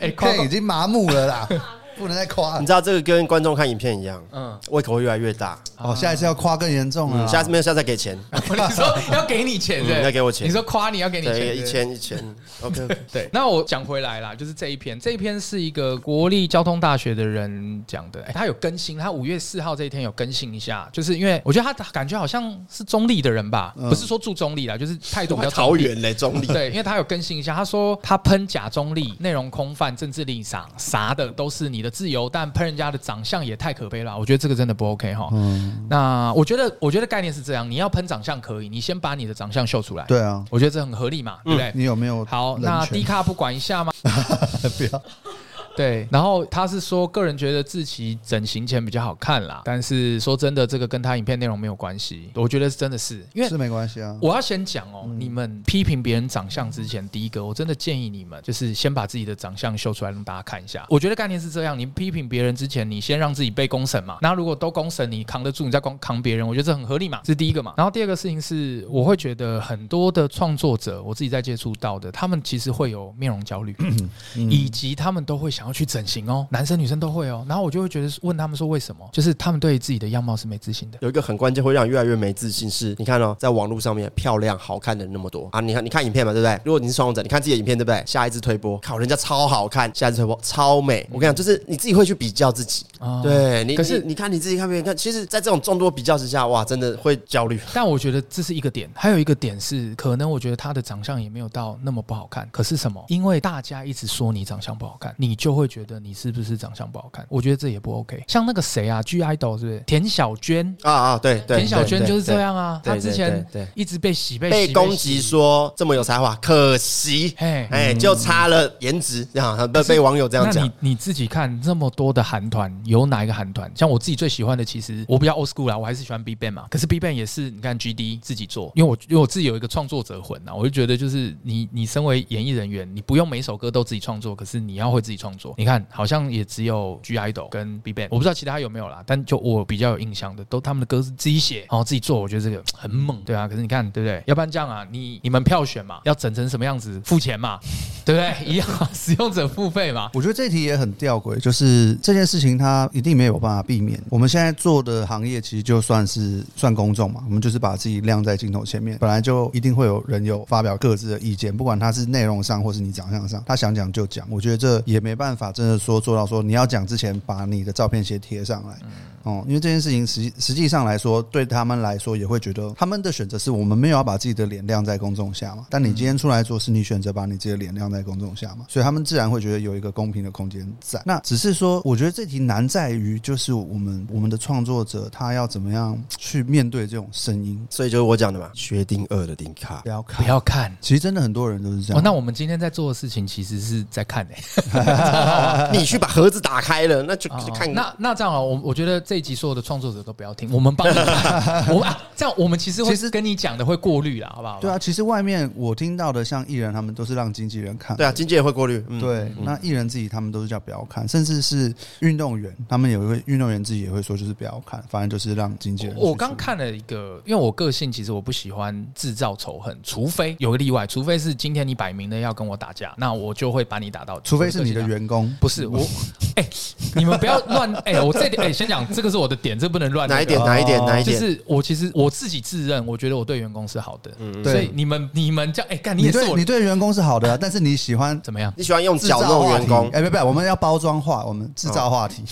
Speaker 1: 哎，夸啊
Speaker 3: 看已经麻木 了啦，不能再夸
Speaker 2: 你
Speaker 3: 了。
Speaker 2: 知道这个跟观众看影片一样，
Speaker 1: 嗯，
Speaker 2: 胃口会越来越大。
Speaker 3: 哦，下一次要夸更严重了
Speaker 2: 嗯，
Speaker 3: 啦。
Speaker 2: 下次没有下次再给钱，
Speaker 1: 你说要给你钱对不对？
Speaker 2: 嗯要给我钱
Speaker 1: 你说夸你要 给你钱，
Speaker 2: 对，
Speaker 1: 对
Speaker 2: 一千一千，OK，
Speaker 1: 对，那我讲回来啦，就是这一篇，这一篇是一个国立交通大学的人讲的，哎，他有更新，他五月四号这一天有更新一下，就是因为我觉得他感觉好像是中立的人吧，
Speaker 2: 嗯
Speaker 1: 不是说住中立啦，就是态度比较中立
Speaker 2: 桃园嘞，中 立。
Speaker 1: 对，因为他有更新一下，他说他喷假中立、内容空泛、政治立场啥的都是你的自由，但喷人家的长相也太可悲了。我觉得这个真的不 OK 哈。
Speaker 3: 嗯
Speaker 1: 那我觉得，我觉得概念是这样，你要喷长相可以，你先把你的长相秀出来。，
Speaker 3: 对嗯啊，
Speaker 1: 哎我觉得这很合理嘛，对不对？
Speaker 3: 你有没有
Speaker 1: 好，
Speaker 3: 人
Speaker 1: 那
Speaker 3: 权
Speaker 1: 低卡不管一下吗？
Speaker 3: 不要
Speaker 1: 对，然后他是说个人觉得志奇整形前比较好看啦，但是说真的，这个跟他影片内容没有关系，我觉得真的是因为
Speaker 3: 是。没关系啊。
Speaker 1: 我要先讲哦，你们批评别人长相之前，第一个我真的建议你们就是先把自己的长相秀出来，让大家看一下。我觉得概念是这样：你批评别人之前，你先让自己被公审嘛。那如果都公审，你扛得住，你再光扛别人，我觉得这很合理嘛。这是第一个嘛。然后第二个事情是，我会觉得很多的创作者，我自己在接触到的，他们其实会有面容焦虑。以及他们都会想要去整形哦，男生女生都会哦。然后我就会觉得问他们说为什么，就是他们对自己的样貌是没自信的。
Speaker 2: 有一个很关键，会让你越来越没自信是，你看哦，在网络上面漂亮好看的人那么多啊，你看你看影片嘛，对不对？如果你是双网者，你看自己的影片，对不对？下一支推播，靠，人家超好看，下一支推播超美。我跟你讲，就是你自己会去比较自己，
Speaker 1: 啊
Speaker 2: 对你，
Speaker 1: 嗯可是
Speaker 2: 你你看你自己看别人看，其实，在这种众多比较之下，哇，真的会焦虑。
Speaker 1: 但我觉得这是一个点，还有一个点是，可能我觉得他的长相也没有到那么不好看。可是什么？因为大家一直说你长相不好看，你就会觉得你是不是长相不好看？我觉得这也不 OK。像那个谁啊，G IDOL 是不是田小娟？
Speaker 2: 啊啊，对对，
Speaker 1: 田小
Speaker 2: 对
Speaker 1: 娟就是这。样啊，
Speaker 2: 对
Speaker 1: 她
Speaker 2: 对
Speaker 1: 之
Speaker 2: 对
Speaker 1: 前
Speaker 2: 对对
Speaker 1: 一直被洗被
Speaker 2: 对被
Speaker 1: 洗
Speaker 2: 攻
Speaker 1: 洗
Speaker 2: 击说这么有才华，可惜，
Speaker 1: 嘿
Speaker 2: 哎，就差了颜值，这样被被网友这样
Speaker 1: 那
Speaker 2: 讲
Speaker 1: 你，你自己看这么多的韩团，有哪一个韩团？像我自己最喜欢的，其实我比
Speaker 2: 嗯
Speaker 1: 较 old school 啦，我还是喜欢 B Ban 嘛。可是 B Ban 也是你看 GD 自己做，因为我因为我自己有一个创作者魂呐、啊我就觉得就是你你身为演艺人员，你不用每首歌都自己创作，可是你要会自己创作。你看好像也只有 G Idol 跟 B Ban，我不知道其他有没有啦，但就我比较有印象的，都他们的歌是自己写，然后自己做，我觉得这个很
Speaker 2: 嗯
Speaker 1: 猛，对啊。可是你看对不对？要不然这样啊，你你们票选嘛，要整成什么样子，付钱嘛，对不对？一 样啊使用者付费嘛。
Speaker 3: 我觉得这题也很吊诡，就是这件事情它一定没有办法避免。我们现在做的行业其实就算是算公众嘛，我们就是把自己亮在镜头前面，本来就一定会有人有发表各自的意见，不管他是内容上或是你长相上，他想讲就讲。我觉得这也没办法，真的说做到说你要讲之前把你的照片先贴上来，哦、因为这件事情实际实际上来说，对他们来说也会觉得他们的选择是我们没有要把自己的脸亮在公众下嘛。但你今
Speaker 1: 嗯
Speaker 3: 天出来做，是你选择把你自己的脸亮在公众下嘛，所以他们自然会觉得有一个公平的空间在。那只是说，我觉得这题难在于，就是我们我们的创作者他要怎么样去面对这种声音，
Speaker 2: 所以就是我讲的嘛，薛定谔的顶卡
Speaker 3: 不，要看
Speaker 1: 不。要看。
Speaker 3: 其实真的很多人都是这
Speaker 1: 哦，
Speaker 3: 样。
Speaker 1: 那我们今天在做的事情其实是在看诶、
Speaker 2: 你去把盒子打开了，那就
Speaker 1: 哦
Speaker 2: 就看
Speaker 1: 那那这样啊，我我觉得这一集所有的创作者都不要听，我们帮你 看，我们、啊、这样我们其实会
Speaker 3: 其实
Speaker 1: 跟你讲的会过滤啦，好不好？
Speaker 3: 对啊，其实外面我听到的像艺人他们都是让经纪人看，
Speaker 2: 对啊，经纪人会过滤，嗯，
Speaker 3: 对，那艺人自己他们都是叫不要看，甚至是运动员，他们也会运动员自己也会说就是不要看，反正就是让经纪人去处理。
Speaker 1: 我刚看了一个，因为我个性其实我不喜欢制造仇恨，除非有个例外，除非是今天你摆明了要跟我打架，那我就会把你打到。
Speaker 3: 除非是你
Speaker 1: 我个性
Speaker 3: 的
Speaker 1: 啊
Speaker 3: 员工，
Speaker 1: 不是我， 哎、你们不要乱，哎、我这点，哎、先讲，这个是我的点，这不能乱、
Speaker 2: 哪一
Speaker 1: 啊那个
Speaker 2: 点哪一点哪一
Speaker 1: 就
Speaker 2: 点，
Speaker 1: 是我其实我自己自认，我觉得我对员工是好的，
Speaker 5: 嗯
Speaker 3: 对
Speaker 1: 所以你们你们这样，哎、干你
Speaker 3: 你
Speaker 1: 也是
Speaker 3: 对
Speaker 1: 我
Speaker 3: 你对员工是好的啊、但是你喜欢
Speaker 1: 怎么样？
Speaker 2: 你喜欢用
Speaker 3: 制
Speaker 2: 脚
Speaker 3: 造
Speaker 2: 弄
Speaker 3: 话
Speaker 2: 员
Speaker 3: 题
Speaker 2: 工，
Speaker 3: 哎，不不，我们要包装化，我们制造话题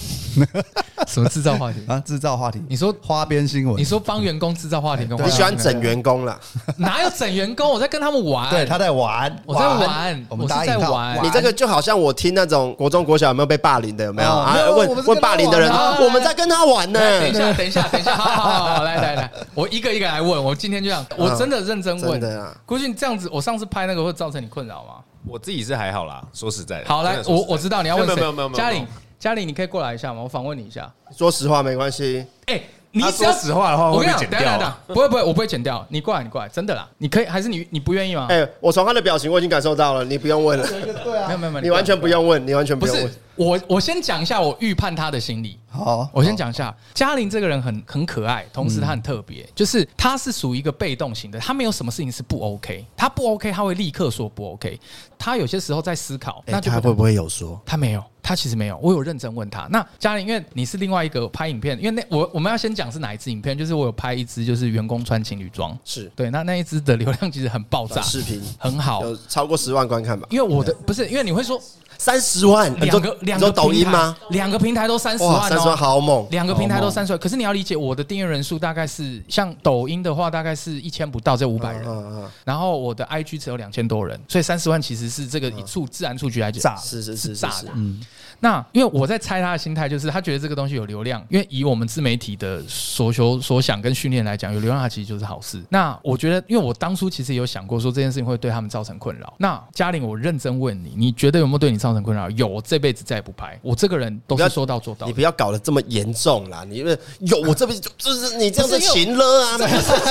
Speaker 1: 什么制造话题？
Speaker 3: 啊，制造话题。
Speaker 1: 你说
Speaker 3: 花边新闻
Speaker 1: 嗯你，说帮员工制造话题跟我
Speaker 3: 哎
Speaker 2: 你喜欢整员工啦，
Speaker 1: 哪有整员工？我在跟他们玩，
Speaker 3: 对，他在玩，
Speaker 1: 哎我在玩
Speaker 3: 我们
Speaker 1: 我是
Speaker 3: 打引
Speaker 1: 在
Speaker 3: 号
Speaker 1: 玩
Speaker 2: 你这个就好像我听那种国中国小有没有被霸凌的有没有
Speaker 3: 哦
Speaker 2: 啊
Speaker 3: 没有？我
Speaker 2: 问
Speaker 3: 们是跟
Speaker 2: 问
Speaker 3: 他
Speaker 2: 霸凌的人
Speaker 1: 玩啊，
Speaker 2: 我们在跟他玩呢。
Speaker 1: 哎来等一下，等一下，等一下，好好好好，来来来，我一个一个来问。我今天就这样，我
Speaker 3: 嗯
Speaker 1: 真的认真
Speaker 2: 真
Speaker 1: 问。
Speaker 2: 的啊，
Speaker 1: 估计这样子，我上次拍那个会造成你困扰吗？
Speaker 5: 我自己是还好啦，说实在的。
Speaker 1: 好，来
Speaker 5: 真，的
Speaker 1: 我
Speaker 5: 说实在的
Speaker 1: 我知道你要问
Speaker 5: 没
Speaker 1: 谁。
Speaker 5: 有没有没有没有
Speaker 1: 嘉
Speaker 5: 没
Speaker 1: 玲
Speaker 5: 有，
Speaker 1: 嘉玲，你可以过来一下吗？我访问你一下。
Speaker 2: 说实话没关系，
Speaker 1: 哎，你
Speaker 5: 他
Speaker 1: 只要
Speaker 5: 说实话的话
Speaker 1: 我跟你
Speaker 5: 会
Speaker 1: 讲，
Speaker 5: 被剪
Speaker 1: 等一下
Speaker 5: 掉啊
Speaker 1: 等一下，不会不会，我不会剪掉。你过来，你过来，真的啦。你可以，还是你你不愿意吗？
Speaker 2: 哎，我从他的表情我已经感受到了，你不用问了，
Speaker 3: 对
Speaker 1: 没有
Speaker 3: 啊，
Speaker 1: 没有没有，
Speaker 2: 你完全不
Speaker 1: 用。
Speaker 2: 用问，你完全
Speaker 1: 不
Speaker 2: 用
Speaker 1: 是
Speaker 2: 问。
Speaker 1: 我，我先讲一下我预判他的心理。
Speaker 2: 哦
Speaker 3: 好，
Speaker 1: 我先讲一下，嘉玲这个人很很可爱，同时她很特
Speaker 2: 嗯
Speaker 1: 别，就是她是属于一个被动型的，她没有什么事情是不 OK，她不 OK，她会立刻说不 OK，她有些时候在思考，那就不能
Speaker 2: 哎会有说？
Speaker 1: 他没有，他其实没有，我有认真问他。那嘉玲，因为你是另外一个拍影片，因为那我我们要先讲是哪一支影片，就是我有拍一支就是员工穿情侣装，
Speaker 2: 是
Speaker 1: 对，那那一支的流量其实很爆炸，
Speaker 2: 视频
Speaker 1: 很啊好，
Speaker 2: 哦有超过十万观看吧？
Speaker 1: 因为我的不是因为你会说
Speaker 2: 三十万，你
Speaker 1: 两
Speaker 2: 说
Speaker 1: 个
Speaker 2: 你
Speaker 1: 两
Speaker 2: 说
Speaker 1: 个
Speaker 2: 抖音
Speaker 1: 平台
Speaker 2: 吗？？
Speaker 1: 两个平台都三十万
Speaker 2: 哇，
Speaker 1: 哦，
Speaker 2: 三十万好猛！
Speaker 1: 两个平台
Speaker 3: 好
Speaker 1: 都
Speaker 3: 猛
Speaker 1: 三十万，可是你要理解我的订阅人数大概是像抖音的话，大概是一千不到，这五百人。
Speaker 2: 嗯嗯，
Speaker 1: 然后我的 IG 只有两千多人，所以三十万其实是这个数自然数据来讲
Speaker 3: 炸
Speaker 2: 是是是是
Speaker 1: 啊炸
Speaker 2: 是嗯
Speaker 1: 的。那因为我在猜他的心态，就是他觉得这个东西有流量，因为以我们自媒体的所求所想跟训练来讲，有流量它其实就是好事。那我觉得，因为我当初其实也有想过说这件事情会对他们造成困扰。那嘉玲，我认真问你，你觉得有没有对你造成困扰，有我这辈子再也不拍。我这个人都
Speaker 2: 不要
Speaker 1: 是说到做到
Speaker 2: 你
Speaker 1: 的
Speaker 2: 不。要搞得这么严重啦！你因为有我这边就就是你这样
Speaker 4: 不
Speaker 2: 是
Speaker 4: 是因为
Speaker 2: 情了啊，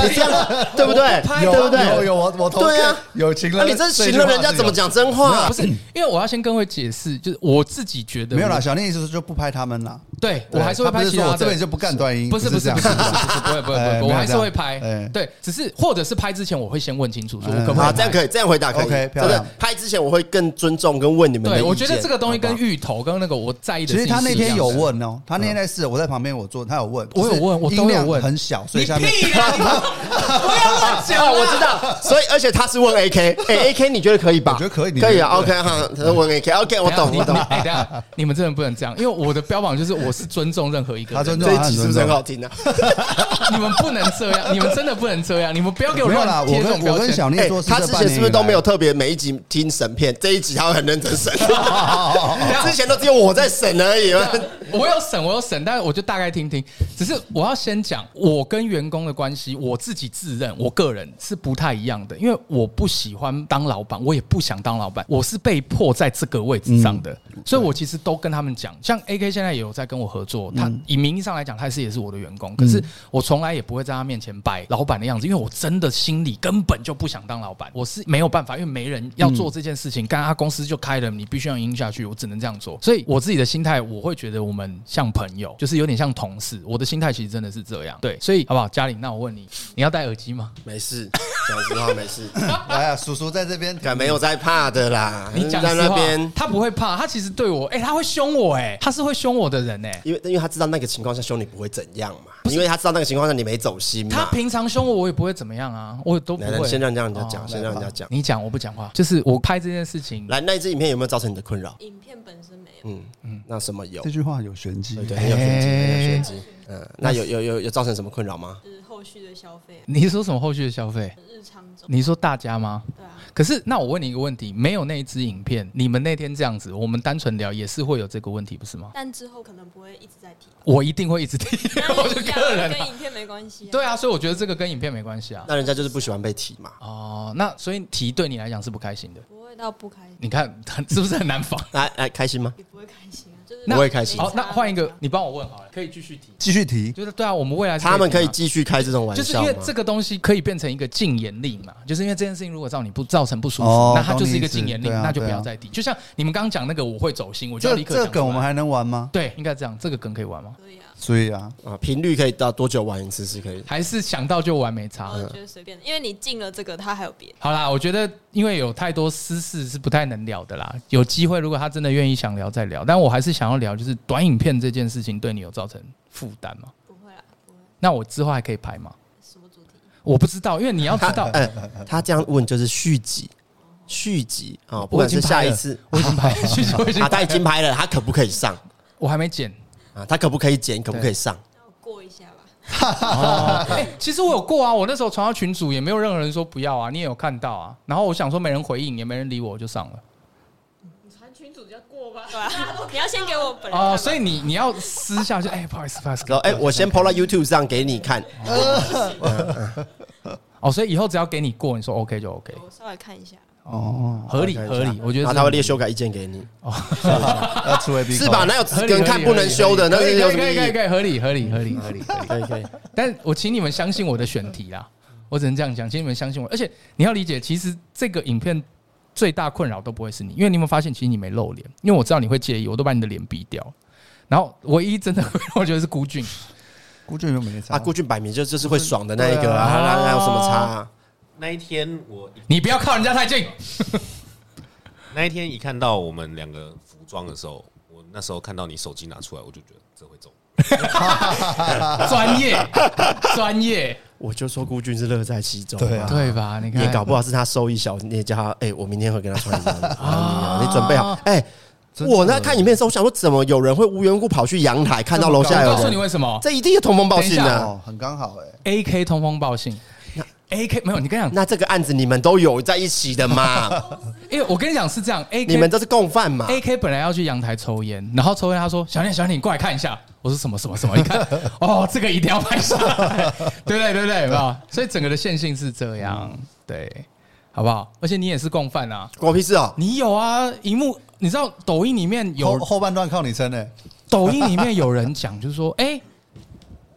Speaker 2: 你这样 对不对？
Speaker 3: 有
Speaker 2: 对不
Speaker 3: 有
Speaker 2: 对？
Speaker 3: 有我我同
Speaker 2: 对啊
Speaker 3: 有情
Speaker 2: 那
Speaker 3: 了，
Speaker 2: 你这情了，人家怎么？讲真话
Speaker 1: 不？是，因为我要先跟会解释，就是我自己觉得
Speaker 3: 没有啦，
Speaker 1: 我
Speaker 3: 小念意思是就不拍他们啦。
Speaker 1: 对我
Speaker 3: 对
Speaker 1: 还是会
Speaker 3: 他不
Speaker 1: 拍
Speaker 3: 是
Speaker 1: 其
Speaker 3: 说
Speaker 1: 他
Speaker 3: 我这边
Speaker 1: 的。
Speaker 3: 就不干断音，
Speaker 1: 不是不
Speaker 3: 不
Speaker 1: 是不是不是
Speaker 3: 这样
Speaker 1: 不是不会不
Speaker 3: 哎
Speaker 1: 会不会，
Speaker 3: 没有
Speaker 1: 我还
Speaker 3: 这
Speaker 1: 是
Speaker 3: 样
Speaker 1: 会拍
Speaker 3: 哎。
Speaker 1: 对，只是或者是拍之前，我会先问清楚，说我
Speaker 3: 嗯
Speaker 1: 可不可以
Speaker 2: 好，
Speaker 1: 拍？
Speaker 2: 这样可以，这样回答可以。
Speaker 3: OK，
Speaker 2: 真
Speaker 3: 漂
Speaker 2: 的
Speaker 3: 亮
Speaker 2: 拍之前我会更尊重跟问你们的意
Speaker 1: 对，
Speaker 2: 见。
Speaker 1: 我觉得这个东西跟
Speaker 2: 好不好
Speaker 1: 芋头跟那个我在意的
Speaker 3: 其
Speaker 1: 事
Speaker 3: 实
Speaker 1: 情是一样
Speaker 3: 他
Speaker 1: 的，
Speaker 3: 那天有问哦，他那天在试，我在旁边我做，他有问，
Speaker 1: 我有
Speaker 3: 只是
Speaker 1: 问我都有
Speaker 3: 音量
Speaker 1: 问
Speaker 3: 很小，所
Speaker 1: 你
Speaker 3: 以下面
Speaker 1: 屁啦， 你不要乱
Speaker 2: 啊，
Speaker 1: 讲，
Speaker 2: 我知。道，所以而且他是问 AK，哎，AK 你觉得可以吧？
Speaker 3: 我觉得可以你
Speaker 2: 可以啊。
Speaker 3: 觉
Speaker 2: OK 哈，他是问 AK，OK，我懂，
Speaker 1: 你
Speaker 2: 我懂
Speaker 1: 你。哎，等一下，你们真的不能这样，因为我的标榜就是我是尊重任何一个
Speaker 3: 他
Speaker 1: 人，
Speaker 3: 尊重
Speaker 2: 这
Speaker 3: 他
Speaker 2: 一
Speaker 3: 很
Speaker 2: 集是不
Speaker 3: 尊
Speaker 2: 是很
Speaker 3: 重。
Speaker 2: 好听啊呢？
Speaker 1: 你们不能这样，你们真的不能这样，你们不要给我
Speaker 3: 没有
Speaker 1: 乱
Speaker 3: 啦，
Speaker 1: 贴
Speaker 3: 我
Speaker 1: 这种
Speaker 3: 跟
Speaker 1: 标
Speaker 3: 我跟
Speaker 1: 签。
Speaker 3: 小念做，
Speaker 2: 哎他之前是不是都没有？特别每一集听审片？这一集他会很认真审，之前都只有我在审而已嘛。
Speaker 1: 我有审，我有审，但是我就大概听听。只是我要先讲，我跟员工的关系，我自己自认，我个人是不太一样的，因为我不喜欢当老板，我也不想当老板，我是被迫在这个位置上的，所以我其实都跟他们讲。像 A K 现在也有在跟我合作，他以名义上来讲，他是也是我的员工，可是我从来也不会在他面前摆老板的样子，因为我真的心里根本就不想当老板，我是没有办法，因为没人要做这件事情，干他公司就开了，你必须要赢下去，我只能这样做。所以我自己的心态，我会觉得我们像朋友，就是有点像同事。我的心态其实真的是这样，对，所以好不好？嘉玲，那我问你，你要戴耳机吗？
Speaker 2: 没事，讲实话没事，
Speaker 3: 哎呀，叔叔在这 边，
Speaker 2: 敢没有在怕的啦。
Speaker 1: 你讲
Speaker 2: 呃在
Speaker 1: 实
Speaker 2: 那
Speaker 1: 话
Speaker 2: 边，，
Speaker 1: 他不会怕，他其实对我，哎、他会凶我、哎，他是会凶我的人、哎。
Speaker 2: 因为因为他知道那个情况下兄弟不会怎样嘛，因为他知道那个情况下你没走心
Speaker 1: 他
Speaker 2: 嘛。
Speaker 1: 平常凶我，我也不会怎么样啊，我都不
Speaker 2: 嗯啊来来，
Speaker 1: 会。
Speaker 2: 先让人家讲，
Speaker 1: 哦
Speaker 2: 先让人家讲。
Speaker 1: 你讲，我不讲话。就是我拍这件事情，
Speaker 2: 来，那一支影片有没有造成你的困扰？
Speaker 6: 影片本身没有，
Speaker 2: 嗯嗯，那什么有
Speaker 3: 这？句话有玄机，
Speaker 2: 对，很有玄机，很有玄
Speaker 1: 哎
Speaker 2: 机。嗯，那有有有有造成什么困扰吗？
Speaker 6: 就是后续的消费啊，
Speaker 1: 你是说什么后续的消费？
Speaker 6: 日常中，
Speaker 1: 你说大家吗？
Speaker 6: 对啊，
Speaker 1: 可是，那我问你一个问题：没有那一支影片，你们那天这样子，我们单纯聊也是会有这个问题，不是吗？
Speaker 6: 但之后可能不会一直在提吧。
Speaker 1: 我一定会一直提 我的
Speaker 6: 一样
Speaker 1: 个人啊、
Speaker 6: 跟影片没关系、啊。
Speaker 1: 对啊，所以我觉得这个跟影片没关系啊。
Speaker 2: 那人家就是不喜欢被提嘛。
Speaker 1: 哦，那所以提对你来讲是不开心的。
Speaker 6: 不会到不开心，
Speaker 1: 你看， 很是不是很难 防？
Speaker 2: 来来，开心吗？
Speaker 6: 也不会开心啊，就是
Speaker 1: 那
Speaker 2: 不会开心
Speaker 1: 好，那换一个，你帮我问好了，可以继续提。
Speaker 3: 继续提。
Speaker 1: 就是对啊，我们未来是
Speaker 2: 他们可以
Speaker 1: 提吗
Speaker 2: 继续开这种玩
Speaker 1: 就是
Speaker 2: 笑
Speaker 1: 因
Speaker 2: 吗
Speaker 1: 为？这个东西可以变成一个禁言令嘛，就是因为这件事情如果让你不造成不舒服，
Speaker 3: 哦
Speaker 1: 那它就是一个禁言令，
Speaker 3: 懂你意思对啊
Speaker 1: 那就不要再提。就像你们刚刚讲那个，我会走心，我就要
Speaker 3: 这
Speaker 1: 立刻
Speaker 3: 这
Speaker 1: 讲出来
Speaker 3: 梗我们还能玩吗？
Speaker 1: 对，应该这样，这个梗可以玩吗？
Speaker 6: 可以啊，
Speaker 3: 所以啊，
Speaker 2: 啊，频率可以到多久玩一次是 可以？
Speaker 1: 还是想到就玩没差？
Speaker 6: 我觉得随便，因为你进了这个，他还有别的。
Speaker 1: 好啦，我觉得因为有太多私事是不太能聊的啦。有机会，如果他真的愿意想聊再聊，但我还是想要聊，就是短影片这件事情对你有造成负担吗？
Speaker 6: 不会啊，不会，
Speaker 1: 那我之后还可以拍吗？
Speaker 6: 什么主题？
Speaker 1: 我不知道，因为你要知 道，
Speaker 2: 哎他这样问就是续集，续集啊，不管
Speaker 1: 我
Speaker 2: 是
Speaker 1: 已经拍
Speaker 2: 下
Speaker 1: 了
Speaker 2: 一次
Speaker 1: 我已经拍，其实我已经
Speaker 2: 啊，他已
Speaker 1: 拍，
Speaker 2: 经拍了，他可不可以上
Speaker 1: 我还没剪。
Speaker 2: 啊？他可不可以剪？可不可以上？
Speaker 6: 那我过一下吧。
Speaker 2: 哦
Speaker 1: 哎， 其实我有过啊，我那时候传到群组，也没有任何人说不要啊，你也有看到啊。然后我想说没人回应，也没人理我，我就上了。
Speaker 4: 传群主就过吧。
Speaker 6: 对啊， 你要先给我本人
Speaker 1: 哦，所以你你要私下就哎，不好意思，不好意思，
Speaker 2: 然后哎，我先 PO 到 YouTube 上给你看，
Speaker 1: 哦，所以以后只要给你过，你说 OK 就 OK，
Speaker 6: 我稍微看一下。
Speaker 3: 哦，
Speaker 1: 合理
Speaker 2: 看一下
Speaker 1: 合理，我觉得
Speaker 2: 然后
Speaker 1: 是
Speaker 2: 他会列修改意见给你，
Speaker 3: 要出 A B
Speaker 2: 是吧？？哪有只
Speaker 1: 合理
Speaker 2: 能看不能修的？那
Speaker 1: 可
Speaker 2: 是
Speaker 1: 以
Speaker 2: 有
Speaker 1: 可
Speaker 2: 什
Speaker 1: 以可
Speaker 2: 么
Speaker 1: 以可
Speaker 2: 意
Speaker 1: 以
Speaker 2: 义？
Speaker 1: 可以合理合理合 理合理，
Speaker 2: 可以可以，
Speaker 1: 但我请你们相信我的选题啦， 我只能这样讲，请你们相信我，而且你要理解，其实这个影片。最大困扰都不会是你，因为你有没有发现，其实你没露脸，因为我知道你会介意，我都把你的脸逼掉。然后唯一真的会让我觉得是孤俊，
Speaker 3: 估计有没有
Speaker 2: 啊，
Speaker 3: 差？
Speaker 2: 顾俊摆明就就是会爽的那一个啊，
Speaker 1: 对啊
Speaker 2: 那那有什么差啊？
Speaker 5: 那一天我
Speaker 1: 你不要靠人家太近。
Speaker 5: 那一天一看到我们两个服装的时候，我那时候看到你手机拿出来，我就觉得这会中。
Speaker 1: 专业，专业，
Speaker 2: 我就说顾俊是乐在其中，
Speaker 3: 对啊
Speaker 1: 对吧？你看，
Speaker 2: 也搞不好是他收益小，你也叫他，哎、我明天会跟他穿一 样的。啊，你准备
Speaker 1: 哦
Speaker 2: 好，哎、
Speaker 3: 真的
Speaker 2: 我那看影片的时候，我想说，怎么有人会无缘无故跑去阳台看到楼下
Speaker 1: 我 告
Speaker 2: 有
Speaker 1: 诉你
Speaker 2: 人？
Speaker 1: 为什么
Speaker 2: 这一定是同盟报信啊的、
Speaker 3: 哦，很刚好哎。
Speaker 1: ？A K 通风报信，A K 没有，你跟你讲，
Speaker 2: 那这个案子你们都有在一起 的嘛？
Speaker 1: 因为我跟你讲是这样，A K
Speaker 2: 你们都是共犯嘛？
Speaker 1: A K 本来要去阳台抽烟，然后抽烟他说：“小念，小念，你过来看一下。”我说：“什么什么什么？”一 看，哦，这个一定要拍下来，对不对？对不对？有没有？所以整个的线性是这样，对，好不好？而且你也是共犯啊，
Speaker 2: 关我屁事哦！
Speaker 1: 你有啊，荧幕你知道抖音里面
Speaker 3: 后
Speaker 1: 有
Speaker 3: 后半段靠你撑呢、哎
Speaker 1: 抖音里面有人讲，就是说，哎、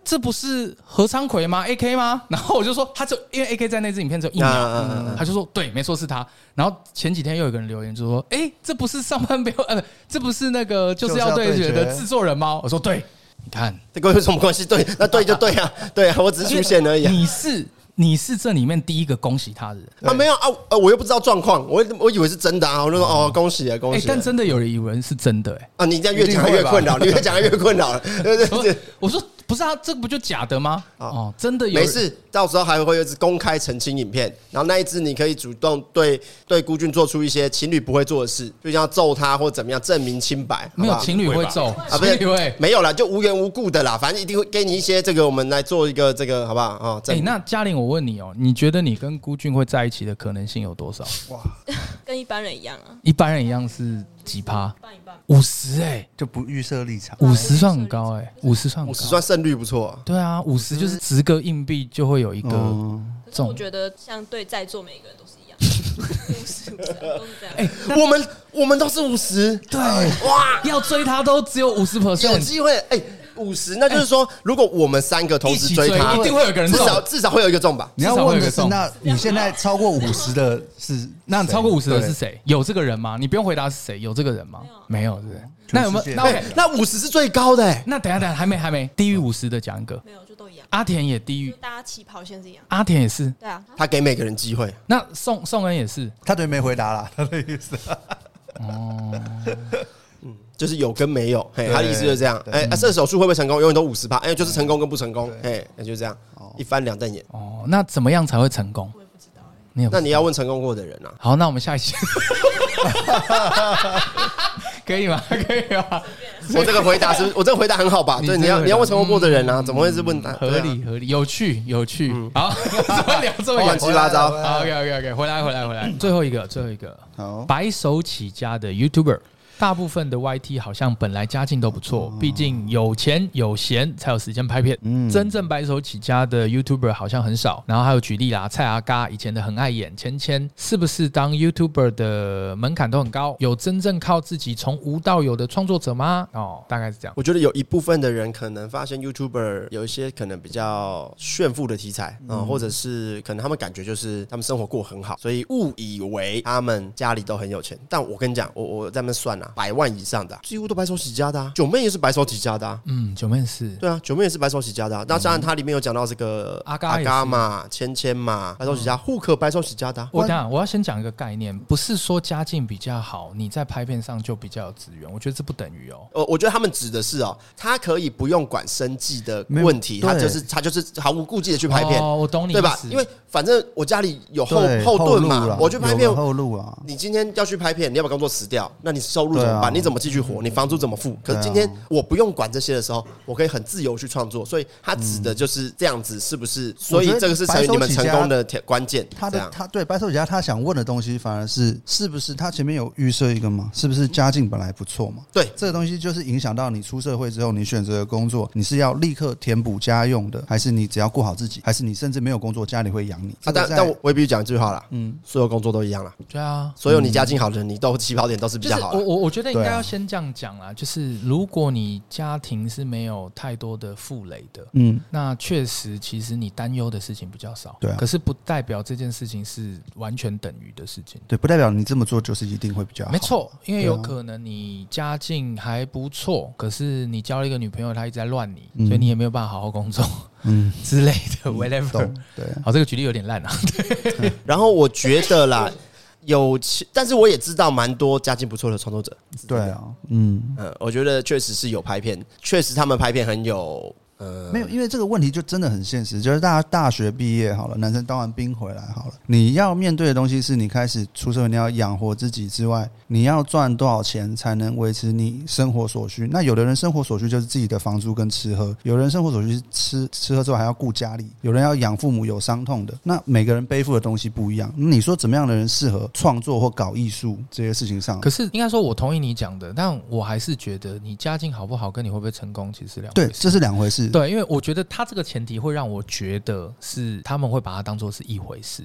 Speaker 1: 这不是何昌奎吗？AK 吗？然后我就说，他就因为 AK 在那支影片只有一秒，
Speaker 2: 啊啊啊啊
Speaker 1: 他就说对，没错是他。然后前几天又有个人留言就说，哎、这不是上半标， 呃，这不是那个就是要对决的制作人吗？我说对，你看，
Speaker 2: 这跟我有什么关系？对， 那对就对啊，对啊，我只是出现而已、啊。
Speaker 1: 你是你是这里面第一个恭喜他的人。
Speaker 2: 啊，没有啊，呃，我又不知道状况，我我以为是真的啊，我就说哦，恭喜啊，恭
Speaker 1: 哎、
Speaker 2: 喜啊！
Speaker 1: 但真的有人以为是真的、哎，
Speaker 2: 啊，你这样越讲越困扰，你越讲越困 扰了，对对
Speaker 1: 我
Speaker 2: 对
Speaker 1: 说。我说不是啊，这不就假的吗？哦，真的有
Speaker 2: 没
Speaker 1: 人
Speaker 2: 事，到时候还会有一支公开澄清影片，然后那一支你可以主动对对孤军做出一些情侣不会做的事，就像揍他或怎么样证明清白，
Speaker 1: 没
Speaker 2: 好
Speaker 1: 有
Speaker 2: 不好
Speaker 1: 情侣会揍，
Speaker 2: 啊，不
Speaker 1: 情
Speaker 2: 是
Speaker 1: 侣会。
Speaker 2: 没有啦，就无缘无故的啦，反正一定会给你一些这个，我们来做一个这个好不好啊？
Speaker 1: 哎、
Speaker 2: 证明
Speaker 1: 那嘉玲，我问你哦，你觉得你跟孤俊会在一起的可能性有多少？
Speaker 6: 跟一般人一样啊，
Speaker 1: 一般人一样是几趴？
Speaker 6: 一半一半。
Speaker 1: 五十哎，
Speaker 3: 就不预设立场。
Speaker 1: 五十算很高哎、五十算很
Speaker 2: 五
Speaker 1: 高
Speaker 2: 十算胜率不错啊，
Speaker 1: 对啊，五十就是十个硬币就会有一个。
Speaker 3: 嗯，
Speaker 6: 可是
Speaker 1: 中
Speaker 6: 我觉得，像对在座每个人都是 一样，都是这样，都是这样。哎，
Speaker 2: 我们我们都是五十，
Speaker 1: 对，
Speaker 2: 哇，
Speaker 1: 要追他都只有五十
Speaker 2: 有
Speaker 1: percent。
Speaker 2: 机会哎。五十，那就是说，如果我们三个同时追他，
Speaker 1: 一起追一定会有个人
Speaker 2: 至
Speaker 1: 中
Speaker 2: 少至少会有一个中吧。
Speaker 3: 你要
Speaker 1: 至少会
Speaker 3: 问
Speaker 1: 有一
Speaker 3: 的
Speaker 1: 个
Speaker 3: 是，
Speaker 1: 中
Speaker 3: 那你现在超过五十的是
Speaker 1: 那超过五十的是
Speaker 3: 谁？
Speaker 1: 谁？有这个人吗？你不用回答是谁，有这个人吗？没有，是不是？那有没
Speaker 3: 全
Speaker 1: 有？
Speaker 3: 世界
Speaker 1: 那
Speaker 2: 哎
Speaker 1: OK，，
Speaker 2: 那五十是最高的哎，
Speaker 1: 那等一下等一下还没还没，低于五十的讲一个。
Speaker 6: 没有，就都一样，
Speaker 1: 阿田也低
Speaker 6: 就
Speaker 1: 于，
Speaker 6: 大家起跑线是一样。
Speaker 1: 阿田也是，
Speaker 6: 对啊，
Speaker 2: 他给每个人机会。
Speaker 1: 那宋宋恩也是。
Speaker 3: 对他对没回答啦，他的意思。
Speaker 2: 就是有跟没有，嘿，
Speaker 3: 对
Speaker 2: 他的意思就是这样。
Speaker 3: 对
Speaker 2: 哎，啊射手数会不会成功？永远都五十趴，哎，就是成功跟不成功，哎，那就这样，一翻两瞪眼。
Speaker 1: 哦，那怎么样才会成功？我也不知道欸你有
Speaker 2: 那你要问成功过的人啊，
Speaker 1: 好，那我们下一期 可以吗？ 可以吗？
Speaker 2: 我这个回答是 不是，我这个回答很好吧？
Speaker 1: 你
Speaker 2: 对，你
Speaker 1: 这个
Speaker 2: 要
Speaker 1: 回答
Speaker 2: 你要问成功过的人啊，怎么会是问答？
Speaker 1: 嗯合理合理，有趣有趣。好， 怎么聊这么有
Speaker 2: 乱
Speaker 1: 趣
Speaker 2: 七？八糟。
Speaker 1: 好，OK OK OK，回来回来回来，最后一个最后一个，
Speaker 3: 好，
Speaker 1: 白手起家的 YouTuber。大部分的 YT 好像本来家境都不错，毕竟有钱有闲才有时间拍片。真正白手起家的 YouTuber 好像很少。然后还有举例啦，蔡阿嘎以前的很爱演芊芊，是不是当 YouTuber 的门槛都很高？有真正靠自己从无到有的创作者吗？哦，大概是这样。
Speaker 2: 我觉得有一部分的人可能发现 YouTuber 有一些可能比较炫富的题材啊、嗯或者是可能他们感觉就是他们生活过很好，所以误以为他们家里都很有钱。但我跟你讲，我我在那边算啊，百万以上的啊、几乎都白手起家的、啊，九妹也是白手起家的、啊。
Speaker 1: 嗯，九妹是
Speaker 2: 对啊，九妹也是白手起家的啊、那当
Speaker 3: 嗯
Speaker 2: 然，它里面有讲到这个
Speaker 1: 阿嘎
Speaker 2: 阿
Speaker 1: 也
Speaker 2: 嘎
Speaker 1: 是
Speaker 2: 嘛、芊芊嘛，白手起家，
Speaker 3: 嗯
Speaker 2: 户可白手起家的啊、
Speaker 1: 我等一下我要先讲一个概念，不是说家境比较好，你在拍片上就比较有资源，我觉得这不等于哦。
Speaker 2: 呃，我觉得他们指的是哦，他可以不用管生计的
Speaker 3: 没有
Speaker 2: 问题，他
Speaker 3: 对
Speaker 2: 就是他就是毫无顾忌的去拍片，
Speaker 1: 哦，我懂你
Speaker 2: 对吧
Speaker 1: 意？思
Speaker 2: 因为反正我家里有后
Speaker 3: 对
Speaker 2: 后盾
Speaker 3: 路
Speaker 2: 嘛
Speaker 3: 啦，
Speaker 2: 我去拍片
Speaker 3: 有个。后路啊，
Speaker 2: 你今天要去拍片，你要把工作辞掉，那你收入怎么
Speaker 3: 对
Speaker 2: 办？
Speaker 3: 啊
Speaker 2: 你怎么继续活？你房租怎么付？可是
Speaker 3: 对啊
Speaker 2: 今天我不用管这些的时候，我可以很自由去创作，所以他指的就是这样子，是不是？所以
Speaker 3: 嗯我觉得
Speaker 2: 这个是成为你们
Speaker 3: 白手
Speaker 2: 成
Speaker 3: 起家
Speaker 2: 功的铁关键。
Speaker 3: 他
Speaker 2: 这
Speaker 3: 的
Speaker 2: 样
Speaker 3: 他对白手起家，他想问的东西反而是是不是他前面有预设一个嘛？是不是家境本来不错嘛？
Speaker 2: 对
Speaker 3: 这个东西就是影响到你出社会之后，你选择的工作，你是要立刻填补家用的，还是你只要顾好自己，还是你甚至没有工作，家里会养你？
Speaker 2: 啊，
Speaker 3: 这个
Speaker 2: 但
Speaker 3: 在
Speaker 2: 但我我也必须讲一句话啦，
Speaker 3: 嗯，
Speaker 2: 所有工作都一样啦，
Speaker 1: 对啊，
Speaker 2: 所有你家境好的人，你都起跑点都是比
Speaker 1: 就是
Speaker 2: 较
Speaker 1: 我
Speaker 2: 好的。
Speaker 1: 我我觉得应
Speaker 3: 对
Speaker 1: 该
Speaker 3: 啊
Speaker 1: 要先这样讲啦，就是如果你家庭是没有太多的负累的，
Speaker 3: 嗯，
Speaker 1: 那确实其实你担忧的事情比较少，
Speaker 3: 对啊
Speaker 1: 可是不代表这件事情是完全等于的事情。
Speaker 3: 对，不代表你这么做就是一定会比较好。
Speaker 1: 没，错，因为
Speaker 3: 对啊
Speaker 1: 有可能你家境还不错，可是你交了一个女朋友，她一直在乱你，
Speaker 3: 嗯
Speaker 1: 所以你也没有办法好好工作
Speaker 3: 嗯，
Speaker 1: 之类的，whatever
Speaker 3: 懂。，对，
Speaker 1: 好，这个举例有点烂啊。
Speaker 2: 然后我觉得啦，有钱，但是我也知道蛮多家境不错的创作者。
Speaker 3: 对啊，嗯，
Speaker 2: 嗯，我觉得确实是有拍片，确实他们拍片很有呃，
Speaker 1: 嗯
Speaker 3: 没有，因为这个问题就真的很现实，就是大家大学毕业好了，男生当完兵回来好了，你要面对的东西是你开始出社会，你要养活自己之外，你要赚多少钱才能维持你生活所需？那有的人生活所需就是自己的房租跟吃喝，有人生活所需是吃吃喝之外还要顾家里，有人要养父母有伤痛的，那每个人背负的东西不一样。那你说怎么样的人适合创作或搞艺术这些事情上？
Speaker 1: 可是应该说，我同意你讲的，但我还是觉得你家境好不好，跟你会不会成功，其实是两回事。
Speaker 3: 对，这是两回事。是，
Speaker 1: 对，因为我觉得他这个前提会让我觉得是他们会把它当做是一回事，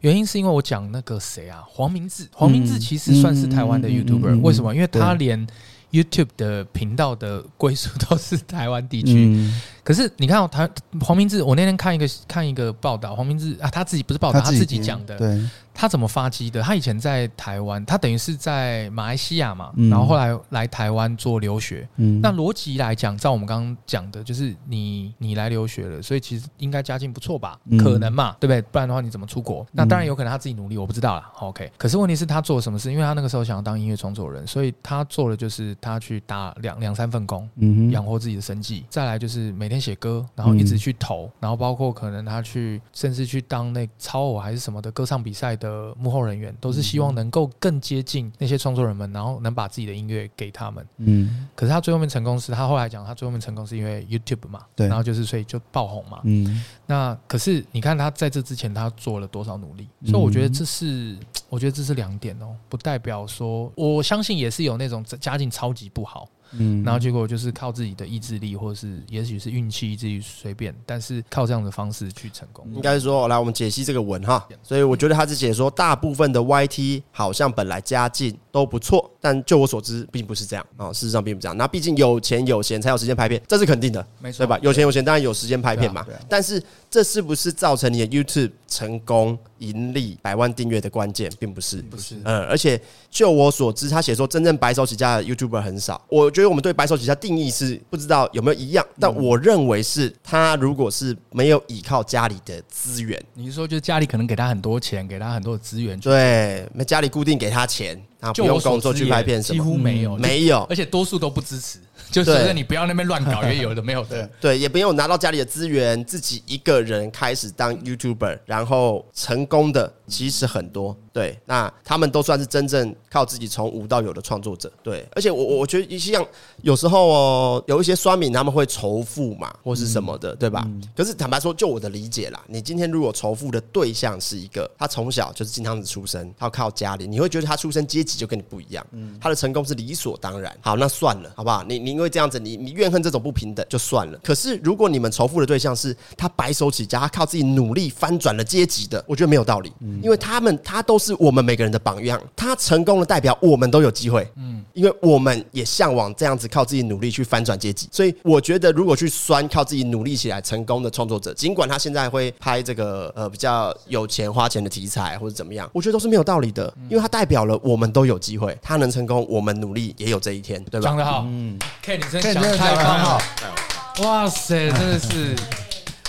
Speaker 1: 原因是因为我讲那个谁啊，黄明志，黄明志其实算是台湾的
Speaker 3: 嗯嗯嗯
Speaker 1: YouTuber，、
Speaker 3: 嗯嗯嗯
Speaker 1: 为什么？因为他
Speaker 3: 对
Speaker 1: 连 YouTube 的频道的归属都是台湾地区，
Speaker 3: 嗯，
Speaker 1: 可是你看、哦，他黄明志，我那天看一个看一个报道，黄明志啊，他自己不是报道，他自己
Speaker 3: 编
Speaker 1: 讲的，
Speaker 3: 对，
Speaker 1: 他怎么发迹的？他以前在台湾，他等于是在马来西亚嘛，
Speaker 3: 嗯
Speaker 1: 然后后来来台湾做留学。
Speaker 3: 嗯，
Speaker 1: 那逻辑来讲，照我们刚刚讲的，就是你你来留学了，所以其实应该家境不错吧？
Speaker 3: 嗯
Speaker 1: 可能嘛，对不对？不然的话你怎么出国？那当然有可能他自己努力，我不知道啦。OK，可是问题是他做了什么事？因为他那个时候想要当音乐创作人，所以他做的就是他去打两两三份工，
Speaker 3: 嗯
Speaker 1: 养
Speaker 3: 哼，
Speaker 1: 活自己的生计，再来就是每天写歌，然后一直去
Speaker 3: 嗯
Speaker 1: 投，然后包括可能他去甚至去当那超偶还是什么的歌唱比赛的幕后人员，都是希
Speaker 3: 嗯
Speaker 1: 望能够更接近那些创作人们，然后能把自己的音乐给他们。
Speaker 3: 嗯
Speaker 1: 可是他最后面成功是，他后来讲他最后面成功是因为 YouTube 嘛，
Speaker 3: 对
Speaker 1: 然后就是所以就爆红嘛。
Speaker 3: 嗯，
Speaker 1: 那可是你看他在这之前他做了多少努力，
Speaker 3: 嗯
Speaker 1: 所以我觉得这是我觉得这是两点哦，不代表说我相信也是有那种家境超级不好。
Speaker 3: 嗯，
Speaker 1: 然后结果就是靠自己的意志力，或者是也许是运气，自己随便，但是靠这样的方式去成功。
Speaker 3: 嗯
Speaker 2: 应该是说，来我们解析这个文哈，所以我觉得他是解说，大部分的 YT 好像本来家境都不错，但就我所知，并不是这样啊、哦事实上并不是这样。那毕竟有钱有闲才有时间拍片，这是肯定的，
Speaker 1: 没错
Speaker 2: 对吧？有钱有闲当然有时间拍片嘛，
Speaker 3: 对啊对啊
Speaker 2: 但是这是不是造成你的 YouTube 成功盈利百万订阅的关键，并不是，不
Speaker 3: 是
Speaker 2: 嗯，而且就我所知，他写说真正白手起家的 YouTuber 很少。我觉得我们对白手起家定义是不知道有没有
Speaker 1: 嗯
Speaker 2: 一样，但我认为是他如果是没有依靠家里的资源，
Speaker 1: 你是说，就是家里可能给他很多钱，给他很多的资源，
Speaker 2: 对，那家里固定给他钱，他不
Speaker 1: 就
Speaker 2: 用
Speaker 1: 我所
Speaker 2: 工作
Speaker 1: 知
Speaker 2: 去
Speaker 1: 也
Speaker 2: 拍片什
Speaker 1: 几
Speaker 2: 么，嗯
Speaker 1: 乎没有，
Speaker 2: 没有
Speaker 1: 就，而且多数都不支持，就是
Speaker 2: 对
Speaker 1: 觉得你不要那边乱搞，因为有的没有的。
Speaker 2: 对，也没有拿到家里的资源，自己一个人开始当 YouTuber，然后成功的其实很多。对，那他们都算是真正靠自己从无到有的创作者。对，而且我我我觉得像有时候哦，有一些酸民他们会仇富嘛，或是什么的，对吧？可是坦白说，就我的理解啦，你今天如果仇富的对象是一个他从小就是金汤子出身，他要靠家里，你会觉得他出身阶级就跟你不一样，他的成功是理所当然。好，那算了，好不好？你你因为这样子，你你怨恨这种不平等就算了。可是如果你们仇富的对象是他白手起家，他靠自己努力翻转了阶级的，我觉得没有道理，因为他们他都是我们每个人的榜样，他成功的代表我们都有机会，因为我们也向往这样子靠自己努力去翻转阶级，所以我觉得如果去酸靠自己努力起来成功的创作者，尽管他现在会拍这个呃比较有钱花钱的题材或者怎么样，我觉得都是没有道理的，因为他代表了我们都有机会，他能成功，我们努力也有这一天，对吧
Speaker 1: 讲？得好，嗯，K 你真的
Speaker 3: Ken
Speaker 1: 讲
Speaker 3: 真的
Speaker 1: 得太
Speaker 3: 讲得
Speaker 1: 棒
Speaker 3: 很好
Speaker 1: 了，哇 塞，真的是。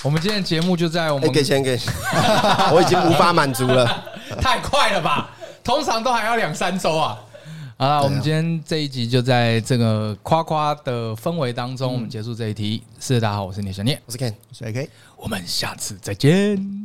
Speaker 1: 我们今天的节目就在我
Speaker 2: 哎，
Speaker 1: 们
Speaker 2: 给钱给， 我已经无法满足了。
Speaker 1: 太快了吧？通常都还要两三周啊。好了，我们今天这一集就在这个夸夸的氛围
Speaker 2: 嗯
Speaker 1: 当中，我们结束这一题。是的，大家好，我是聂小念，
Speaker 2: 我是 Ken。
Speaker 3: 所以可以。
Speaker 1: 我们下次再见。